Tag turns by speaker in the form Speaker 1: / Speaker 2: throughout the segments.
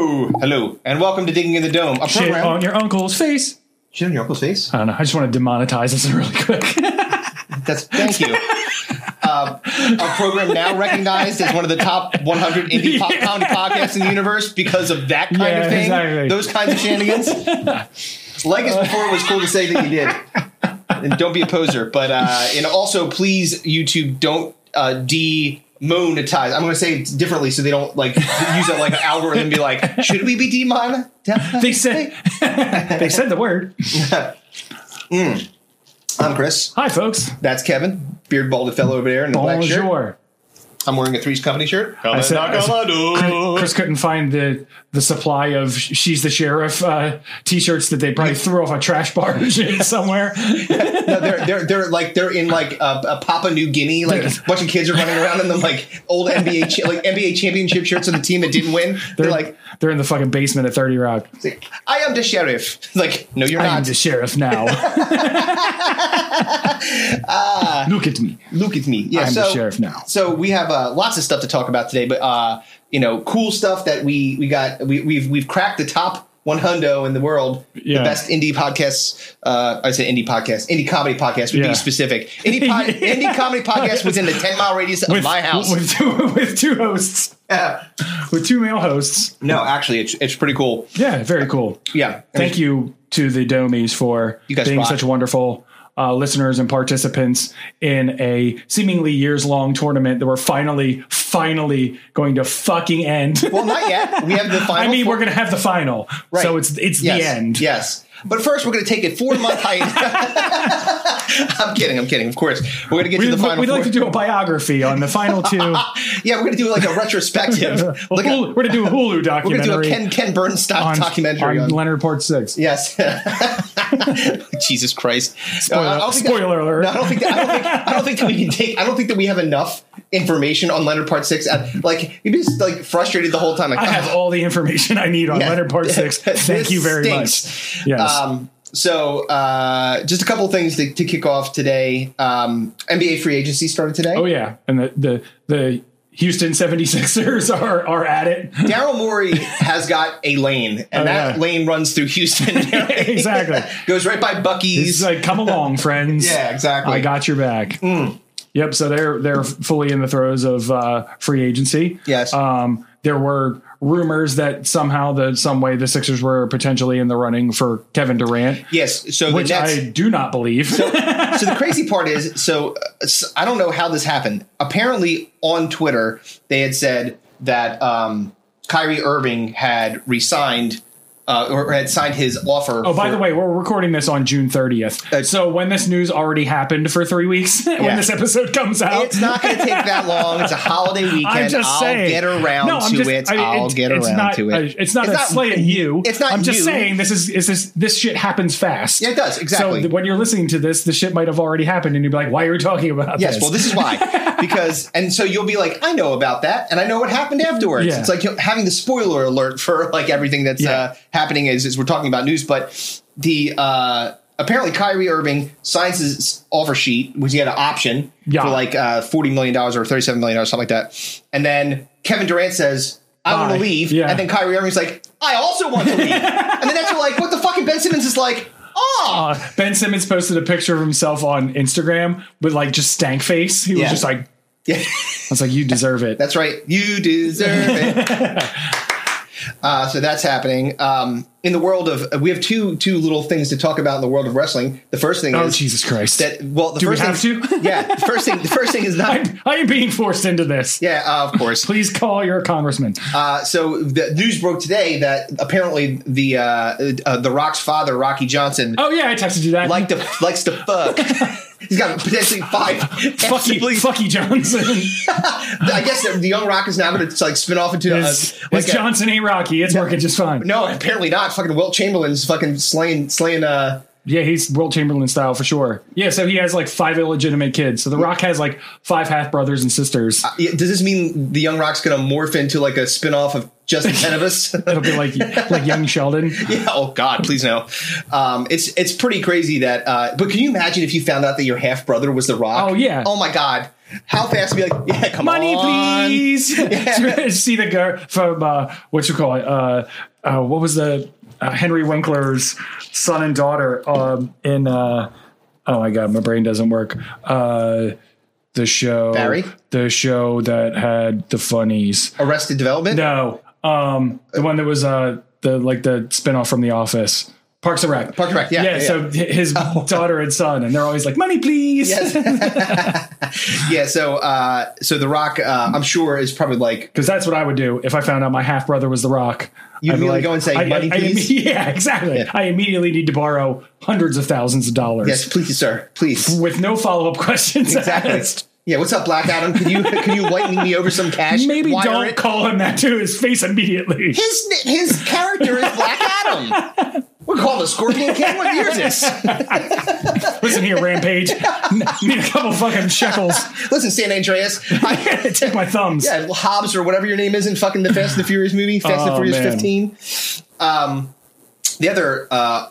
Speaker 1: Hello, and welcome to Digging in the Dome, a
Speaker 2: Shit
Speaker 1: program.
Speaker 2: on your uncle's face.
Speaker 3: Shit on your uncle's face.
Speaker 2: I don't know. I just want to demonetize this really quick.
Speaker 1: That's thank you. Uh, a program now recognized as one of the top 100 indie pop comedy podcasts in the universe because of that kind
Speaker 2: Yeah,
Speaker 1: of thing,
Speaker 2: exactly.
Speaker 1: those kinds of shenanigans. like us before, it was cool to say that you did, and don't be a poser. But uh, and also, please, YouTube, don't uh, demonetize. I'm going to say it differently so they don't like use it like an algorithm and be like, should we be demonetized?
Speaker 2: they said they said the word.
Speaker 1: I'm Chris.
Speaker 2: Hi, folks.
Speaker 1: That's Kevin, beard balded fellow over there in the black shirt.
Speaker 2: Bonjour.
Speaker 1: I'm wearing a Three's Company shirt.
Speaker 2: I said- I said-
Speaker 4: Nakamado.
Speaker 2: Chris couldn't find the the supply of sh- "She's the Sheriff" uh, T-shirts that they probably threw off a trash barge somewhere.
Speaker 1: No, they're they're they're like they're in like uh, a Papua New Guinea. Like a bunch of kids are running around in them like old NBA cha- like NBA championship shirts of the team that didn't win. They're,
Speaker 2: They're
Speaker 1: like,
Speaker 2: they're in the fucking basement at Thirty Rock.
Speaker 1: I am the sheriff. Like, no, you're
Speaker 2: I'm
Speaker 1: not.
Speaker 2: the sheriff now. Look at me.
Speaker 1: Look at me. Ah. Yeah,
Speaker 2: I'm
Speaker 1: so,
Speaker 2: the sheriff now.
Speaker 1: So we have uh, lots of stuff to talk about today, but uh, you know, cool stuff that we we got. We, we've we've cracked the top. One hundo in the world,
Speaker 2: Yeah.
Speaker 1: the best indie podcasts. Uh, I said indie podcast, indie comedy podcast would
Speaker 2: Yeah.
Speaker 1: be specific. Indie, pod, indie comedy podcast within the ten mile radius of
Speaker 2: With
Speaker 1: my house.
Speaker 2: with two, with two hosts,
Speaker 1: Uh,
Speaker 2: with two male hosts.
Speaker 1: No, actually, it's it's pretty cool.
Speaker 2: Yeah, very cool.
Speaker 1: Yeah,
Speaker 2: Thank you to the Domies for
Speaker 1: You guys
Speaker 2: being
Speaker 1: rock.
Speaker 2: such wonderful uh, listeners and participants in a seemingly years long tournament that we're finally, finally going to fucking end.
Speaker 1: Well, not yet. We have the final.
Speaker 2: I mean,
Speaker 1: four-
Speaker 2: we're going to have the final,
Speaker 1: Right.
Speaker 2: so it's it's
Speaker 1: yes,
Speaker 2: the end.
Speaker 1: Yes, but first we're going to take a four month hiatus. I'm kidding. I'm kidding. Of course, we're going to get
Speaker 2: We,
Speaker 1: to the final.
Speaker 2: would like to
Speaker 1: four.
Speaker 2: do a biography on the final two.
Speaker 1: yeah, we're going to do like a retrospective. Look at,
Speaker 2: Hulu- we're going to do a Hulu
Speaker 1: we're going to do a
Speaker 2: documentary
Speaker 1: Ken Ken Bernstein
Speaker 2: on,
Speaker 1: documentary.
Speaker 2: on
Speaker 1: on-
Speaker 2: Leonard Part Six.
Speaker 1: yes. Jesus Christ.
Speaker 2: Spoiler,
Speaker 1: Uh, I don't think that-
Speaker 2: spoiler alert.
Speaker 1: No, I don't think that, I don't think I don't think that we can take. I don't think that we have enough information on Leonard Part Six. Uh, Like you'd be just like frustrated the whole time. Like
Speaker 2: I have
Speaker 1: "Oh,
Speaker 2: all the information I need on
Speaker 1: Yeah.
Speaker 2: Leonard Part Six. Thank
Speaker 1: This
Speaker 2: you very
Speaker 1: stinks.
Speaker 2: much. Yes.
Speaker 1: Um, so, uh, just a couple of things to, to kick off today. Um, NBA free agency started today.
Speaker 2: Oh yeah, and the the, the Houston 76ers are are at it.
Speaker 1: Daryl Morey has got a lane, and
Speaker 2: Oh,
Speaker 1: that
Speaker 2: yeah.
Speaker 1: lane runs through Houston.
Speaker 2: Exactly.
Speaker 1: goes right by Bucky's.
Speaker 2: He's like, "Come along, friends.
Speaker 1: yeah, exactly. Mm.
Speaker 2: I got your back." Yep. So they're they're fully in the throes of uh, free agency.
Speaker 1: Yes.
Speaker 2: Um, there were rumors that somehow the some way the Sixers were potentially in the running for Kevin Durant,
Speaker 1: yes. So
Speaker 2: which
Speaker 1: the Nets.
Speaker 2: I do not believe.
Speaker 1: so the crazy part is, so uh, s- I don't know how this happened. Apparently, on Twitter, they had said that um, Kyrie Irving had resigned uh, or had signed his offer.
Speaker 2: Oh, by the way, we're recording this on June 30th.
Speaker 1: Uh,
Speaker 2: so when this news already happened for three weeks,
Speaker 1: Yeah.
Speaker 2: when this episode comes out,
Speaker 1: It's not going to take that long. It's a holiday weekend.
Speaker 2: I'm just
Speaker 1: will
Speaker 2: saying.
Speaker 1: get around
Speaker 2: No, I'm
Speaker 1: to
Speaker 2: just-
Speaker 1: it.
Speaker 2: I mean,
Speaker 1: I'll
Speaker 2: it's-
Speaker 1: get
Speaker 2: it's
Speaker 1: around
Speaker 2: not
Speaker 1: to
Speaker 2: a-
Speaker 1: it.
Speaker 2: it's not a slight at you.
Speaker 1: It's not
Speaker 2: I'm just
Speaker 1: you.
Speaker 2: saying this is is this this shit happens fast.
Speaker 1: Yeah, it does, exactly.
Speaker 2: So th- when you're listening to this, the shit might have already happened, and you'd be like, "Why are we talking about
Speaker 1: Yes,
Speaker 2: this?"
Speaker 1: well, this is why. Because, and so you'll be like, I know about that, and I know what happened afterwards.
Speaker 2: Yeah.
Speaker 1: It's like you know, having the spoiler alert for like everything that's
Speaker 2: Yeah.
Speaker 1: uh, happening as, as we're talking about news. But the uh, apparently Kyrie Irving signs his offer sheet, which he had an option
Speaker 2: Yeah.
Speaker 1: for like uh, $40 million or $37 million, something like that. And then Kevin Durant says, I want
Speaker 2: Bye.
Speaker 1: to leave.
Speaker 2: Yeah.
Speaker 1: And then Kyrie Irving's like, I also want to leave. and the Nets are like, what the fuck? And Ben Simmons is like, oh,
Speaker 2: Uh, ben Simmons posted a picture of himself on Instagram with like just stank face. He
Speaker 1: Yeah.
Speaker 2: was just like,
Speaker 1: Yeah.
Speaker 2: "I was like, you deserve it."
Speaker 1: That's right. You deserve it. Uh, so that's happening um, in the world of. We have two two little things to talk about in the world of wrestling. The first thing
Speaker 2: oh
Speaker 1: is
Speaker 2: Jesus Christ!
Speaker 1: that well, the
Speaker 2: Do we
Speaker 1: first
Speaker 2: have
Speaker 1: thing,
Speaker 2: to?
Speaker 1: yeah, the first thing. The first thing is not.
Speaker 2: I am being forced into this.
Speaker 1: Yeah, uh, of course.
Speaker 2: Please call your congressman.
Speaker 1: Uh, so the news broke today that apparently the uh, uh, the Rock's father, Rocky Johnson,
Speaker 2: oh yeah, I texted you that.
Speaker 1: like to likes to fuck. He's got potentially five.
Speaker 2: fucky,
Speaker 1: possibly-
Speaker 2: fucky Johnson.
Speaker 1: I guess the young Rock is now going to like spin off into
Speaker 2: Is,
Speaker 1: a, like
Speaker 2: is
Speaker 1: a-
Speaker 2: Johnson ain't Rocky. It's working just fine.
Speaker 1: No, apparently not. Fucking Wilt Chamberlain's fucking slaying, slaying. Uh,
Speaker 2: Yeah, he's World Chamberlain style for sure. Yeah, so he has like five illegitimate kids. So The Rock has like five half brothers and sisters.
Speaker 1: yeah, does this mean the Young Rock's gonna morph into like a spinoff of Justin Tenebus?
Speaker 2: It'll be like like young Sheldon.
Speaker 1: yeah. Oh God, please no. Um, it's it's pretty crazy that. Uh, but can you imagine if you found out that your half brother was the Rock?
Speaker 2: Oh, yeah.
Speaker 1: Oh my God, how fast be like? Yeah, come
Speaker 2: Money,
Speaker 1: on.
Speaker 2: please. See the girl from uh, what you call it? Uh, uh, what was the uh, Henry Winkler's son and daughter um, in? Uh, oh my god, my brain doesn't work. Uh, the show,
Speaker 1: Barry?
Speaker 2: the show that had the funnies.
Speaker 1: Arrested Development.
Speaker 2: No, um, the one that was uh, the like the spinoff from The Office, Parks and Rec.
Speaker 1: Parks and Rec, yeah,
Speaker 2: yeah.
Speaker 1: yeah, Oh.
Speaker 2: so hi- his daughter and son, and they're always like, "Money, please."
Speaker 1: Yeah. So uh, so The Rock, uh, I'm sure, is probably like
Speaker 2: Because that's what I would do if I found out my half brother was The Rock.
Speaker 1: You'd
Speaker 2: I'd be
Speaker 1: immediately go and say,
Speaker 2: I-
Speaker 1: "Money,
Speaker 2: I- I imme-
Speaker 1: please?"
Speaker 2: yeah, exactly. I immediately need to borrow hundreds of thousands of dollars
Speaker 1: yes, please, sir, please.
Speaker 2: with no follow up questions
Speaker 1: Exactly.
Speaker 2: asked.
Speaker 1: Yeah. What's up, Black Adam? Can you can you lightning me over some cash?
Speaker 2: Maybe
Speaker 1: Wire
Speaker 2: don't
Speaker 1: it?
Speaker 2: call him that to his face immediately.
Speaker 1: His his character is Black Adam. We're called the Scorpion King. What year is this?
Speaker 2: Listen here, Rampage. N- need a couple fucking shekels.
Speaker 1: Listen, San Andreas. I,
Speaker 2: Take my thumbs.
Speaker 1: yeah, Hobbs or whatever your name is in fucking the Fast and the Furious movie, Fast and
Speaker 2: Oh,
Speaker 1: Furious
Speaker 2: man.
Speaker 1: 15. Um, the other, uh,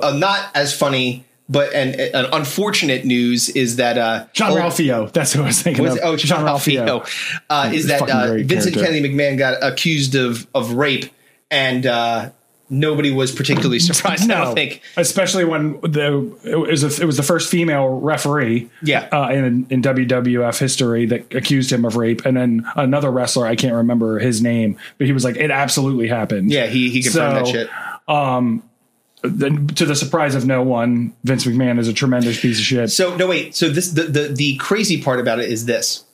Speaker 1: uh, not as funny, but an, an unfortunate news is that uh,
Speaker 2: John
Speaker 1: old-
Speaker 2: Ralphio. That's who I was thinking
Speaker 1: was
Speaker 2: of.
Speaker 1: it- oh, John Ralphio. Uh, is that
Speaker 2: fucking
Speaker 1: uh,
Speaker 2: great
Speaker 1: Vincent
Speaker 2: character.
Speaker 1: Kennedy McMahon got accused of of rape, and uh, nobody was particularly surprised. I
Speaker 2: No,
Speaker 1: don't think.
Speaker 2: especially when the it was, a, it was the first female referee,
Speaker 1: Yeah.
Speaker 2: uh, in in WWF history that accused him of rape, and then another wrestler I can't remember his name, but he was like, it absolutely happened.
Speaker 1: Yeah, he he confirmed that
Speaker 2: So-
Speaker 1: shit.
Speaker 2: Then, to the surprise of no one, Vince McMahon is a tremendous piece of shit.
Speaker 1: So no, wait. So this the the, the crazy part about it is this.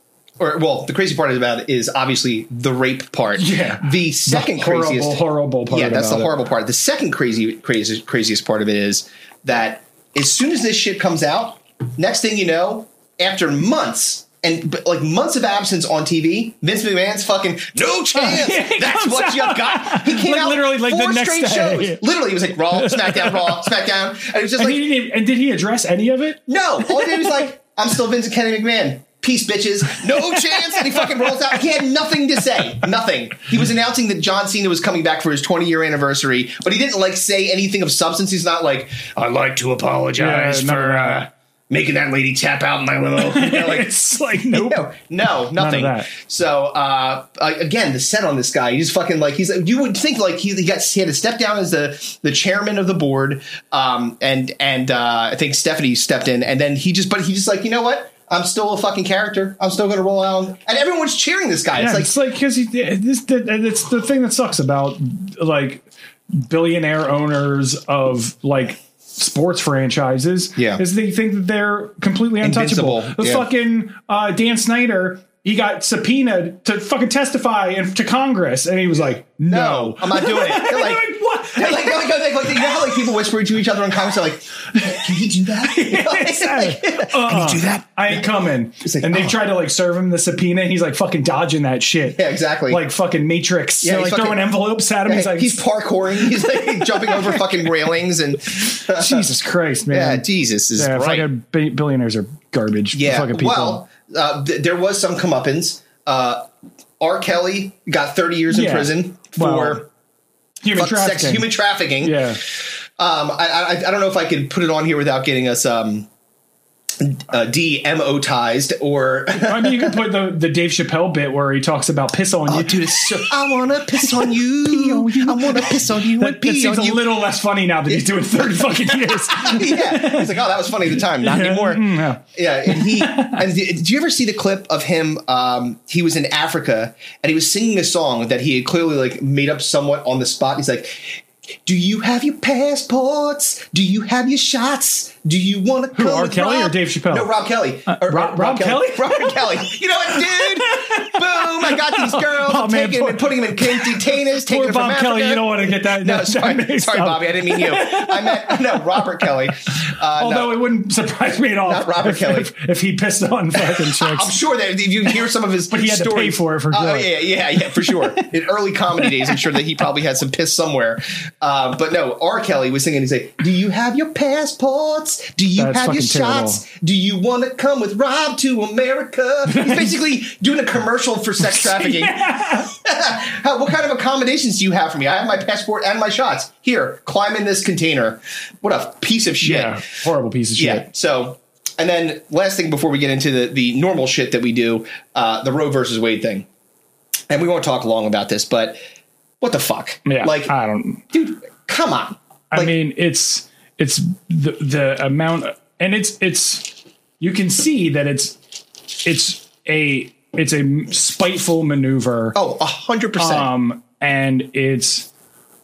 Speaker 1: Or well, the crazy part about it is obviously the rape part.
Speaker 2: Yeah.
Speaker 1: The second
Speaker 2: horrible,
Speaker 1: craziest
Speaker 2: horrible part.
Speaker 1: Yeah, that's the
Speaker 2: about it.
Speaker 1: horrible part. The second crazy crazy craziest part of it is that as soon as this shit comes out, next thing you know, after months and but, like months of absence on TV, Vince McMahon's fucking no chance.
Speaker 2: Yeah, it
Speaker 1: That's
Speaker 2: comes
Speaker 1: what you
Speaker 2: out.
Speaker 1: got. He came
Speaker 2: Like,
Speaker 1: out
Speaker 2: literally, like, the
Speaker 1: four
Speaker 2: next
Speaker 1: straight
Speaker 2: day.
Speaker 1: shows. Literally, he was like Raw, SmackDown, Raw, SmackDown, and it was just
Speaker 2: And,
Speaker 1: like
Speaker 2: he didn't even, and did he address any of it?
Speaker 1: no, all he did was like, I'm still Vincent Kennedy McMahon. Peace, bitches. No chance. And he fucking rolls out. He had nothing to say. Nothing. He was announcing that John Cena was coming back for his 20 year anniversary, but he didn't like say anything of substance. He's not like, I'd like to apologize
Speaker 2: Yeah, none of
Speaker 1: for
Speaker 2: that.
Speaker 1: uh, making that lady tap out in my limo. You know, like,
Speaker 2: it's like nope.
Speaker 1: no, no, nothing.
Speaker 2: that.
Speaker 1: So uh, uh, again, the set on this guy, he's fucking like he's. You would think like he, he got he had to step down as the the chairman of the board, um, and and uh, I think Stephanie stepped in, and then he just but he just like you know what. I'm still a fucking character. I'm still going to roll out, and everyone's cheering this guy.
Speaker 2: Yeah,
Speaker 1: it's
Speaker 2: it's
Speaker 1: like,
Speaker 2: like because this the, it's the thing that sucks about like billionaire owners of like sports franchises.
Speaker 1: Yeah.
Speaker 2: is they think that they're completely untouchable.
Speaker 1: Invincible,
Speaker 2: The
Speaker 1: yeah.
Speaker 2: fucking uh, Dan Snyder. He got subpoenaed to fucking testify and to Congress, and he was like,
Speaker 1: no,
Speaker 2: "No."
Speaker 1: I'm not doing it. They're
Speaker 2: They're
Speaker 1: like,
Speaker 2: like, what?
Speaker 1: they're like, they're like, they're like- you know how like people whisper to each other on comments, they're like, "Can he do that? Like,
Speaker 2: Uh-uh.
Speaker 1: Can he do that?
Speaker 2: I ain't coming.
Speaker 1: like,
Speaker 2: and they
Speaker 1: oh.
Speaker 2: tried to like serve him the subpoena, and he's like fucking dodging that shit.
Speaker 1: Yeah, exactly.
Speaker 2: Like fucking Matrix.
Speaker 1: Yeah,
Speaker 2: They're,
Speaker 1: he's
Speaker 2: like throwing
Speaker 1: fucking-
Speaker 2: envelopes at him. he's like,
Speaker 1: he's parkouring. He's like jumping over fucking railings and
Speaker 2: Jesus Christ, man.
Speaker 1: Yeah, Jesus is
Speaker 2: Yeah,
Speaker 1: right.
Speaker 2: fucking bi- billionaires are garbage.
Speaker 1: yeah,
Speaker 2: fucking people.
Speaker 1: well, uh, th- there was some comeuppance. Uh, R. Kelly got 30 years in
Speaker 2: Yeah.
Speaker 1: prison
Speaker 2: Well,
Speaker 1: for
Speaker 2: human
Speaker 1: fuck, sex,
Speaker 2: trafficking.
Speaker 1: human trafficking.
Speaker 2: yeah,
Speaker 1: Um, I, I, I don't know if I could put it on here without getting us um, uh, DMO-tized or.
Speaker 2: I mean, you could put the the Dave Chappelle bit where he talks about piss on you.
Speaker 1: Oh, dude, it's so, I want to piss on you. I want to piss on you
Speaker 2: That, that seems a little less funny now that he's doing thirty fucking years.
Speaker 1: yeah, he's like, oh, that was funny at the time, not anymore.
Speaker 2: Mm, yeah.
Speaker 1: Yeah, and he. and did, did you ever see the clip of him? Um, he was in Africa and he was singing a song that he had clearly like made up somewhat on the spot. He's like. Do you have your passports? Do you have your shots? Do you want to come
Speaker 2: R.
Speaker 1: with
Speaker 2: Kelly or
Speaker 1: Rob?"
Speaker 2: Dave Chappelle?
Speaker 1: No, Rob Kelly. Or-
Speaker 2: Rob- Rob Kelly?
Speaker 1: Rob Kelly. You know what, dude? Boom! I got these girls.
Speaker 2: Oh,
Speaker 1: I'm
Speaker 2: man,
Speaker 1: taking
Speaker 2: poor-
Speaker 1: and putting them in containers. Taking them
Speaker 2: Poor
Speaker 1: from
Speaker 2: Bob
Speaker 1: Africa.
Speaker 2: Kelly, you don't want to get that.
Speaker 1: No,
Speaker 2: that-
Speaker 1: sorry,
Speaker 2: that mixed
Speaker 1: sorry,
Speaker 2: up.
Speaker 1: Bobby. I didn't mean you. I meant no Robert Kelly. Uh, no.
Speaker 2: Although it wouldn't surprise me at all,
Speaker 1: Not Robert
Speaker 2: if,
Speaker 1: Kelly.
Speaker 2: if, if he pissed on fucking
Speaker 1: I'm
Speaker 2: chicks.
Speaker 1: sure that if you hear some of his, but
Speaker 2: he had to pay for it for
Speaker 1: oh
Speaker 2: sure.
Speaker 1: yeah, yeah, yeah, for sure. In early comedy days, I'm sure that he probably had some piss somewhere. Uh, but no, R. Kelly was singing. He's like, "Do you have your passports? Do you
Speaker 2: That's
Speaker 1: have your
Speaker 2: fucking terrible.
Speaker 1: shots? Do you want to come with Rob to America?" He's basically doing a commercial for sex trafficking. How, what kind of accommodations do you have for me? I have my passport and my shots. Here, climb in this container. What a piece of shit.
Speaker 2: yeah, horrible piece of shit.
Speaker 1: Yeah. So, and then last thing before we get into the the normal shit that we do, uh, the Roe versus Wade thing, and we won't talk long about this, but What the fuck?
Speaker 2: Yeah,
Speaker 1: Like,
Speaker 2: I don't.
Speaker 1: dude, come on.
Speaker 2: I
Speaker 1: like-
Speaker 2: mean, it's it's the the amount, and it's it's you can see that it's it's a it's a spiteful maneuver.
Speaker 1: Oh, a hundred percent.
Speaker 2: Um, and it's,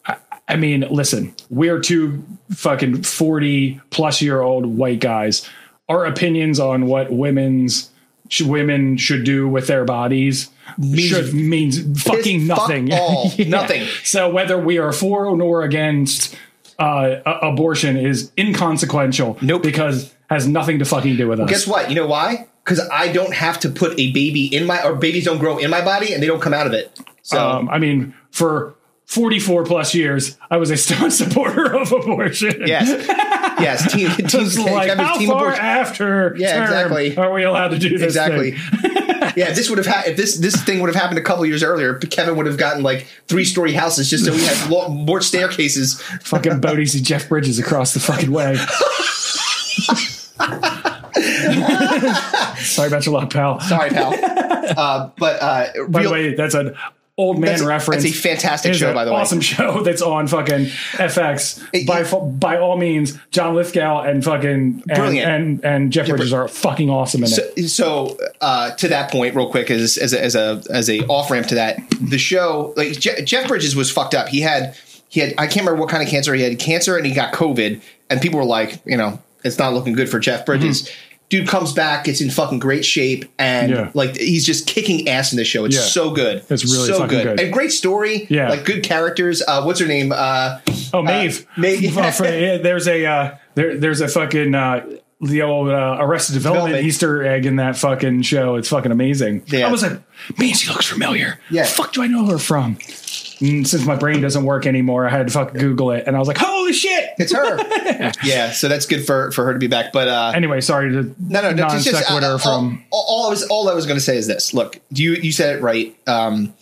Speaker 2: I, I mean, listen, we're two fucking 40 plus year old white guys. Our opinions on what women's sh- women should do with their bodies means, should, means fucking
Speaker 1: fuck
Speaker 2: nothing.
Speaker 1: all. Nothing.
Speaker 2: So whether we are for or against uh, a- abortion is inconsequential.
Speaker 1: Nope.
Speaker 2: Because has nothing to fucking do with us.
Speaker 1: Guess what? You know why? Because I don't have to put a baby in my or babies don't grow in my body and they don't come out of it. So
Speaker 2: Um, I mean, for 44 plus years, I was a staunch supporter of abortion.
Speaker 1: yes, yes. Team,
Speaker 2: It's
Speaker 1: team,
Speaker 2: like,
Speaker 1: Kevin's
Speaker 2: how
Speaker 1: team
Speaker 2: far
Speaker 1: abortion-
Speaker 2: after
Speaker 1: Yeah,
Speaker 2: term
Speaker 1: exactly.
Speaker 2: are we allowed to do this?
Speaker 1: Exactly.
Speaker 2: thing?
Speaker 1: yeah, if this would have ha- if this this thing would have happened a couple years earlier, Kevin would have gotten like three story houses just so we had lo- more staircases.
Speaker 2: Fucking Bodies and Jeff Bridges across the fucking way. Sorry about your luck, pal.
Speaker 1: Sorry, pal. Uh, but uh,
Speaker 2: By
Speaker 1: real-
Speaker 2: the way, that's an old man
Speaker 1: That's-
Speaker 2: reference.
Speaker 1: that's a fantastic
Speaker 2: It is
Speaker 1: show,
Speaker 2: an
Speaker 1: by the way.
Speaker 2: Awesome show that's on fucking FX.
Speaker 1: It-
Speaker 2: by
Speaker 1: it-
Speaker 2: fu- by all means, John Lithgow and fucking and
Speaker 1: Brilliant.
Speaker 2: and, and Jeff Bridges are fucking awesome in it.
Speaker 1: so uh, to that point, real quick, as as a as a, as a off ramp to that, the show like Je- Jeff Bridges was fucked up. He had he had I can't remember what kind of cancer he had cancer and he got COVID and people were like, you know, it's not looking good for Jeff Bridges. Dude comes back, it's in fucking great shape, and
Speaker 2: Hmm. Yeah.
Speaker 1: like he's just kicking ass in this show. It's
Speaker 2: Yeah.
Speaker 1: so good.
Speaker 2: It's really
Speaker 1: so
Speaker 2: fucking good.
Speaker 1: and great story.
Speaker 2: Yeah.
Speaker 1: like good characters. Uh, what's her name? Uh,
Speaker 2: Oh, Maeve.
Speaker 1: Maeve.
Speaker 2: Well, for- yeah, there's a uh, there, there's a fucking uh, the old uh, Arrested Development,
Speaker 1: Development.
Speaker 2: Easter egg in that fucking show. It's fucking amazing.
Speaker 1: Yeah.
Speaker 2: I was like, man, she looks familiar.
Speaker 1: Yeah.
Speaker 2: The fuck, do I know her from? And since my brain doesn't work anymore, I had to fucking Google it, and I was like, holy shit.
Speaker 1: it's her. yeah, so that's good for for her to be back. But uh,
Speaker 2: Anyway, sorry to
Speaker 1: No, no, no
Speaker 2: non
Speaker 1: it's just, uh,
Speaker 2: sequitur
Speaker 1: all-
Speaker 2: from.
Speaker 1: all, all I was all I was going to say is this. Look, you you said it right. Um,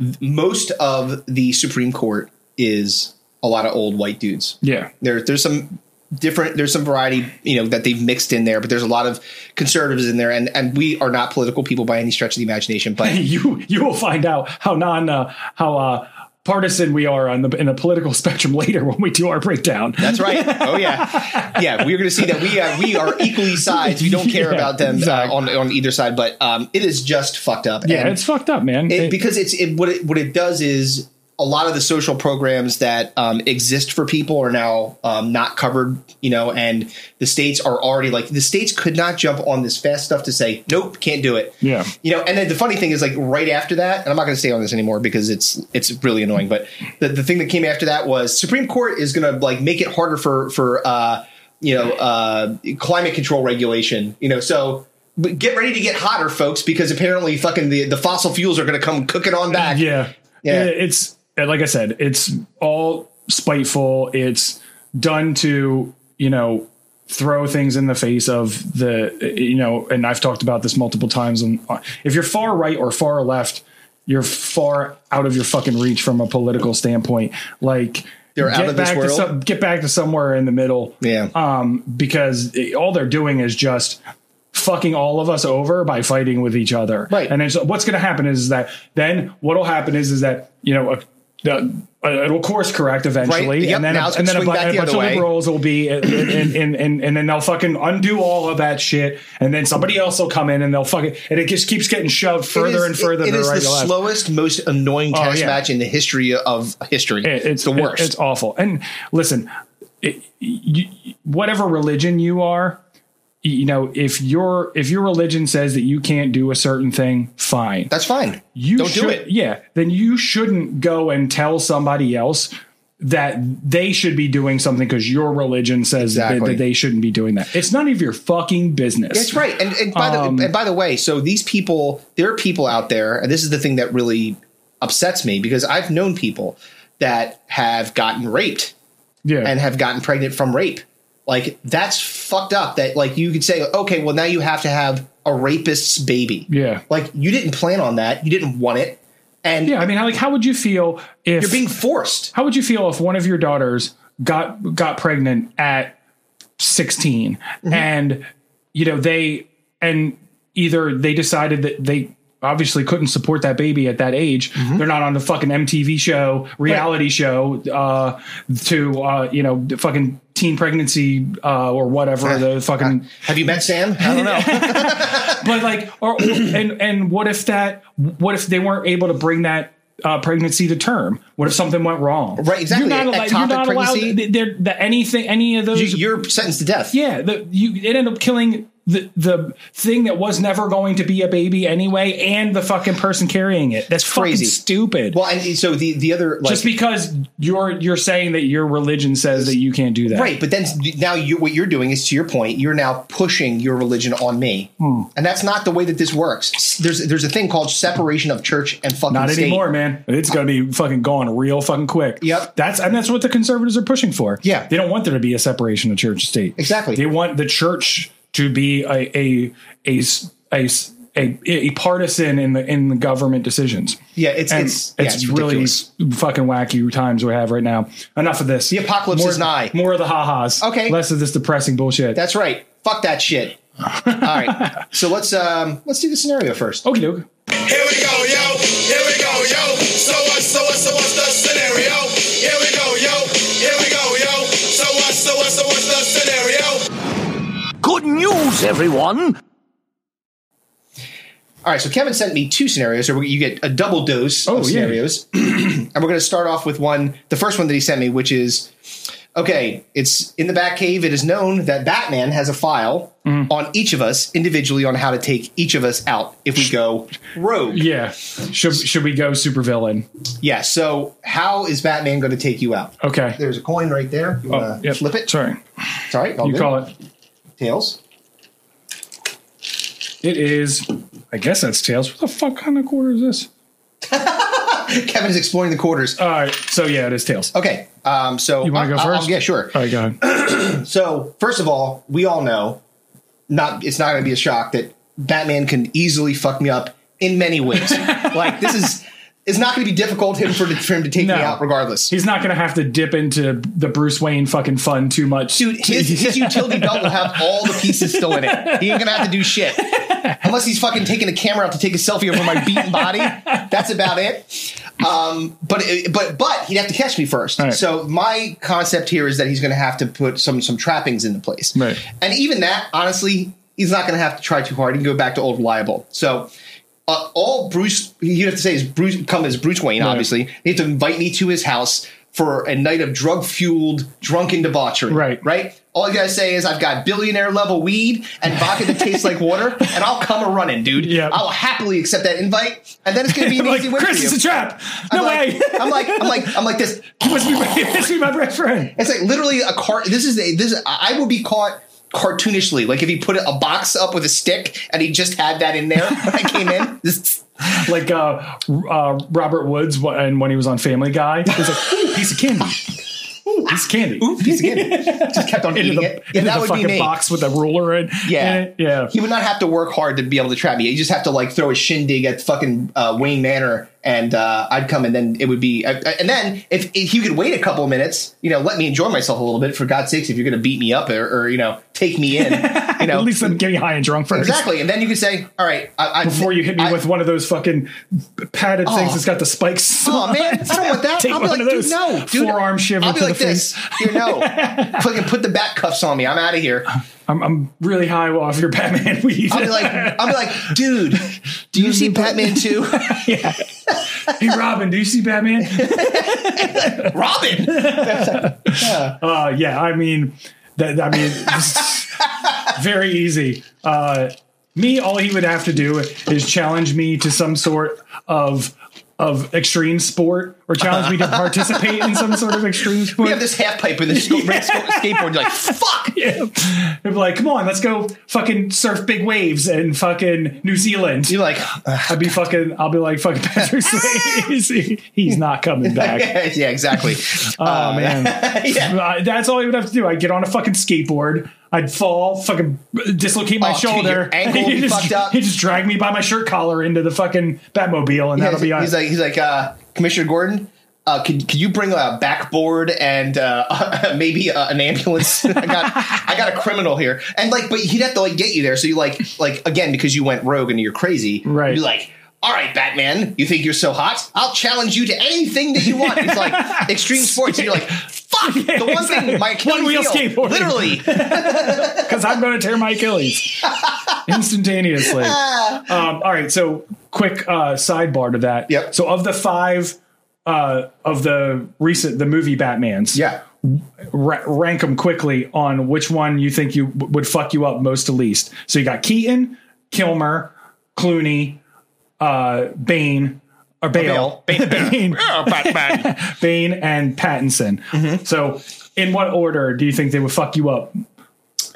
Speaker 1: th- most of the Supreme Court is a lot of old white dudes.
Speaker 2: Yeah.
Speaker 1: There, there's some different. There's some variety, you know, that they've mixed in there. But there's a lot of conservatives in there, and and we are not political people by any stretch of the imagination. But
Speaker 2: you you will find out how non uh, how uh, partisan we are on the in the political spectrum later when we do our breakdown.
Speaker 1: that's right. Oh yeah, yeah. We're going to see that we are we are equally sides. We don't care
Speaker 2: Yeah,
Speaker 1: about them
Speaker 2: exactly.
Speaker 1: uh, on on either side. But um, it is just fucked up.
Speaker 2: yeah,
Speaker 1: And-
Speaker 2: it's fucked up, man.
Speaker 1: it,
Speaker 2: It-
Speaker 1: because it's it, what it what it does is a lot of the social programs that um, exist for people are now um, not covered, you know, and the states are already like the states could not jump on this fast stuff to say nope, can't do it.
Speaker 2: Yeah.
Speaker 1: you know, and then the funny thing is like right after that, and I'm not going to stay on this anymore because it's it's really annoying. But the, the thing that came after that was Supreme Court is going to like make it harder for for uh, you know uh, climate control regulation, you know, so. But get ready to get hotter, folks, because apparently fucking the, the fossil fuels are going to come cooking on back.
Speaker 2: Yeah.
Speaker 1: Yeah.
Speaker 2: It- It's like I said, it's all spiteful. It's done to, you know, throw things in the face of the, you know, and I've talked about this multiple times. And uh, if you're far right or far left, you're far out of your fucking reach from a political standpoint. Like,
Speaker 1: They're out
Speaker 2: get
Speaker 1: of this
Speaker 2: back to
Speaker 1: world.
Speaker 2: some- get back to somewhere in the middle.
Speaker 1: Yeah.
Speaker 2: Um, because it- all they're doing is just fucking all of us over by fighting with each other.
Speaker 1: Right.
Speaker 2: And then so what's going to happen is that then what'll happen is is that you know. A, the- uh, it'll course correct eventually,
Speaker 1: Yep,
Speaker 2: and then
Speaker 1: now it's
Speaker 2: and then a,
Speaker 1: gonna swing
Speaker 2: bu-
Speaker 1: back
Speaker 2: a
Speaker 1: the
Speaker 2: bunch
Speaker 1: other
Speaker 2: of
Speaker 1: way.
Speaker 2: liberals will be, and, and, and, and, and then they'll fucking undo all of that shit, and then somebody else will come in and they'll fucking, and it just keeps getting shoved
Speaker 1: It
Speaker 2: further
Speaker 1: is-
Speaker 2: and further
Speaker 1: It, it
Speaker 2: to
Speaker 1: is
Speaker 2: right
Speaker 1: the
Speaker 2: to left.
Speaker 1: slowest, most annoying
Speaker 2: Oh,
Speaker 1: cash
Speaker 2: yeah.
Speaker 1: match in the history of history.
Speaker 2: It- it's
Speaker 1: the
Speaker 2: it-
Speaker 1: worst.
Speaker 2: it's awful. And listen, it, you, whatever religion you are, you know, if your if your religion says that you can't do a certain thing, fine.
Speaker 1: That's fine.
Speaker 2: you
Speaker 1: don't
Speaker 2: should,
Speaker 1: do it.
Speaker 2: Yeah, then you shouldn't go and tell somebody else that they should be doing something because your religion says that-
Speaker 1: Exactly.
Speaker 2: that they shouldn't be doing that. It's none of your fucking business.
Speaker 1: That's right. And, and by
Speaker 2: Um,
Speaker 1: the and by the way, so these people, there are people out there, and this is the thing that really upsets me because I've known people that have gotten raped
Speaker 2: Yeah.
Speaker 1: and have gotten pregnant from rape. Like that's fucked up. That like you could say, okay, well now you have to have a rapist's baby.
Speaker 2: Yeah.
Speaker 1: Like you didn't plan on that. You didn't want it, and
Speaker 2: yeah. I mean, how, like, how would you feel if
Speaker 1: you're being forced.
Speaker 2: how would you feel if one of your daughters got got pregnant at 16 and you know they and either they decided that they obviously couldn't support that baby at that age. They're not on the fucking MTV show, reality show, uh, to uh, you know, the fucking teen pregnancy uh, or whatever the fucking.
Speaker 1: Have you met Sam? I don't know.
Speaker 2: But like, or, or- and and what if that? What if they weren't able to bring that? Uh, pregnancy to term. What if something went wrong?
Speaker 1: Right, exactly.
Speaker 2: You're not, allo- you're
Speaker 1: Ectopic
Speaker 2: not allowed.
Speaker 1: pregnancy.
Speaker 2: th- there- the, anything, any of those.
Speaker 1: You, are sentenced to death.
Speaker 2: Yeah, the, you it ended up killing the the thing that was never going to be a baby anyway, and the fucking person carrying it. That's
Speaker 1: Crazy.
Speaker 2: fucking stupid.
Speaker 1: Well, and so the the other like
Speaker 2: Just because you're you're saying that your religion says that you can't do that,
Speaker 1: Right, but then now you what you're doing is to your point, you're now pushing your religion on me,
Speaker 2: Hmm.
Speaker 1: and that's not the way that this works. There's there's a thing called separation of church and fucking
Speaker 2: Not
Speaker 1: state.
Speaker 2: anymore, man. It's gonna be fucking gone real fucking quick.
Speaker 1: Yep.
Speaker 2: That's and that's what the conservatives are pushing for.
Speaker 1: Yeah.
Speaker 2: They don't want there to be a separation of church and state.
Speaker 1: Exactly.
Speaker 2: They want the church to be a a a s- a s- a, a partisan in the in the government decisions.
Speaker 1: Yeah, it's
Speaker 2: and
Speaker 1: it's
Speaker 2: it's,
Speaker 1: yeah, it's
Speaker 2: really
Speaker 1: ridiculous.
Speaker 2: fucking wacky times we have right now. Enough of this. The
Speaker 1: apocalypse
Speaker 2: more,
Speaker 1: is nigh.
Speaker 2: More of the ha-has.
Speaker 1: Okay.
Speaker 2: Less of this depressing bullshit.
Speaker 1: That's right. Fuck that shit. All right, so let's um let's do the scenario first.
Speaker 2: Okie doke.
Speaker 3: Here we go, yo. Here we go, yo. So what? So what? So what's the scenario? Here we go, yo. Here we go, yo. So what? So what? So what's the scenario?
Speaker 4: Good news, everyone!
Speaker 1: All right, so Kevin sent me two scenarios, so we- you get a double dose
Speaker 2: Oh,
Speaker 1: of
Speaker 2: yeah.
Speaker 1: scenarios, and we're going to start off with one, the first one that he sent me, which is okay. It's in the Batcave. It is known that Batman has a file
Speaker 2: Mm.
Speaker 1: on each of us individually on how to take each of us out if we go rogue. Yeah.
Speaker 2: Yeah. Should should we go supervillain?
Speaker 1: so how is Batman going to take you out?
Speaker 2: Okay.
Speaker 1: There's a coin right there. You want to
Speaker 2: Oh, Yep.
Speaker 1: uh, flip it?
Speaker 2: Sorry.
Speaker 1: It's all right. all
Speaker 2: You
Speaker 1: good.
Speaker 2: call it.
Speaker 1: tails.
Speaker 2: It is. I guess that's tails. What the fuck kind of quarter is this?
Speaker 1: Kevin's exploring the quarters.
Speaker 2: All right. So yeah, it is tails.
Speaker 1: Okay, um, so
Speaker 2: Oh. You want to go
Speaker 1: I'll- I'll-
Speaker 2: first?
Speaker 1: yeah, sure.
Speaker 2: All right, go ahead.
Speaker 1: So, first of all, we all know not it's not going to be a shock that Batman can easily fuck me up in many ways. like this is it's not going to be difficult him for, for him to take
Speaker 2: No.
Speaker 1: me out regardless.
Speaker 2: He's not gonna have to dip into the Bruce Wayne fucking fun too much.
Speaker 1: Dude, his, his utility belt will have all the pieces still in it. He ain't gonna have to do shit unless he's fucking taking a camera out to take a selfie over my beaten body. That's about it. Um, but but but he'd have to catch me first.
Speaker 2: Right.
Speaker 1: So my concept here is that he's gonna have to put some some trappings into place.
Speaker 2: Right.
Speaker 1: And even that, honestly, he's not gonna have to try too hard. He can go back to old reliable. So. Uh, all Bruce, you'd have to say is Bruce, come as Bruce Wayne, obviously. He'd have to invite me to his house for a night of drug fueled, drunken debauchery.
Speaker 2: Right.
Speaker 1: Right? All you gotta say is I've got billionaire level weed and vodka that tastes like water, and I'll come a running, dude.
Speaker 2: Yep.
Speaker 1: I will happily accept that invite, and then it's gonna be an
Speaker 2: like
Speaker 1: easy win
Speaker 2: Chris,
Speaker 1: for you.
Speaker 2: it's a trap.
Speaker 1: I'm
Speaker 2: No way.
Speaker 1: like, I'm like, I'm like, I'm like this.
Speaker 2: must be, must be my best friend.
Speaker 1: It's like literally a cart. This is a this. I would be caught cartoonishly, like if he put a box up with a stick and he just had that in there when I came in. This,
Speaker 2: like uh, uh, Robert Woods wh- and when he was on Family Guy, he was like Ooh, piece of candy, Ooh, piece of candy,
Speaker 1: piece of candy. just kept on
Speaker 2: into
Speaker 1: eating
Speaker 2: the,
Speaker 1: it. Yeah,
Speaker 2: into
Speaker 1: that
Speaker 2: the
Speaker 1: would be
Speaker 2: fucking
Speaker 1: me.
Speaker 2: box with a ruler in.
Speaker 1: Yeah.
Speaker 2: in it. yeah.
Speaker 1: He would not have to work hard to be able to trap me. You just have to like throw a shindig at fucking uh, Wayne Manor, and uh, I'd come, and then it would be. I, I- and then if, if he could wait a couple of minutes, you know, let me enjoy myself a little bit. For God's sakes, if you're going to beat me up or, or you know take me in, you know,
Speaker 2: At least I'm getting high and drunk first.
Speaker 1: exactly. And then you could say, all right, I, I,
Speaker 2: Before you hit me
Speaker 1: I-
Speaker 2: with one of those fucking padded things
Speaker 1: Oh.
Speaker 2: that's got the spikes.
Speaker 1: Oh man, I don't want that.
Speaker 2: Take
Speaker 1: I'll be
Speaker 2: one
Speaker 1: like,
Speaker 2: of
Speaker 1: dude,
Speaker 2: those.
Speaker 1: no, dude.
Speaker 2: Forearm shiver
Speaker 1: I'll be
Speaker 2: to
Speaker 1: like
Speaker 2: the
Speaker 1: this. Here, no. Fucking put the bat cuffs on me. I'm out of here.
Speaker 2: I'm, I'm really high off your Batman weed.
Speaker 1: I'll be like, I'll be like, dude. Do you see Batman too?
Speaker 2: hey Robin, do you see Batman?
Speaker 1: Robin.
Speaker 2: Uh, yeah, I mean, that, I mean, very easy. Uh, me, all he would have to do is challenge me to some sort of of extreme sport, or challenge me to participate in some sort of extreme sport.
Speaker 1: We have this half pipe with this sco- skateboard. You're like, fuck.
Speaker 2: Yeah. They'd be like, come on, let's go fucking surf big waves in fucking New Zealand.
Speaker 1: You're like,
Speaker 2: I'd be fucking, I'll be like, fucking Patrick Swayze. He's not coming back.
Speaker 1: yeah, exactly. Uh,
Speaker 2: Oh, man.
Speaker 1: yeah.
Speaker 2: Uh, that's all I would have to do. I'd get on a fucking skateboard. I'd fall, fucking dislocate my
Speaker 1: Oh, dude, your
Speaker 2: shoulder.
Speaker 1: ankle would
Speaker 2: he
Speaker 1: be
Speaker 2: just,
Speaker 1: fucked up.
Speaker 2: He'd just drag me by my shirt collar into the fucking Batmobile, and that'll
Speaker 1: He's,
Speaker 2: be on.
Speaker 1: he's like, he's like, uh, Commissioner Gordon. Uh, could, could you bring a backboard and uh, maybe uh, an ambulance? I got I got a criminal here, and like, but he'd have to like get you there. So you like like again because you went rogue and you're crazy.
Speaker 2: Right.
Speaker 1: You'd be like, all right, Batman, you think you're so hot? I'll challenge you to anything that you want. It's like extreme sports, and you're like, fuck, the one thing my Achilles
Speaker 2: One-wheel
Speaker 1: heel,
Speaker 2: skateboarding.
Speaker 1: literally.
Speaker 2: because I'm going to tear my Achilles instantaneously. Um, all right, so quick uh, sidebar to that.
Speaker 1: Yep.
Speaker 2: So of the five uh, of the recent the movie Batman's,
Speaker 1: yeah,
Speaker 2: ra- rank them quickly on which one you think you w- would fuck you up most to least. So you got Keaton, Kilmer, Clooney, uh, Bane, or Bale, Bane, Bane,
Speaker 1: Oh,
Speaker 5: Batman.
Speaker 2: and Pattinson.
Speaker 1: Mm-hmm.
Speaker 2: So in what order do you think they would fuck you up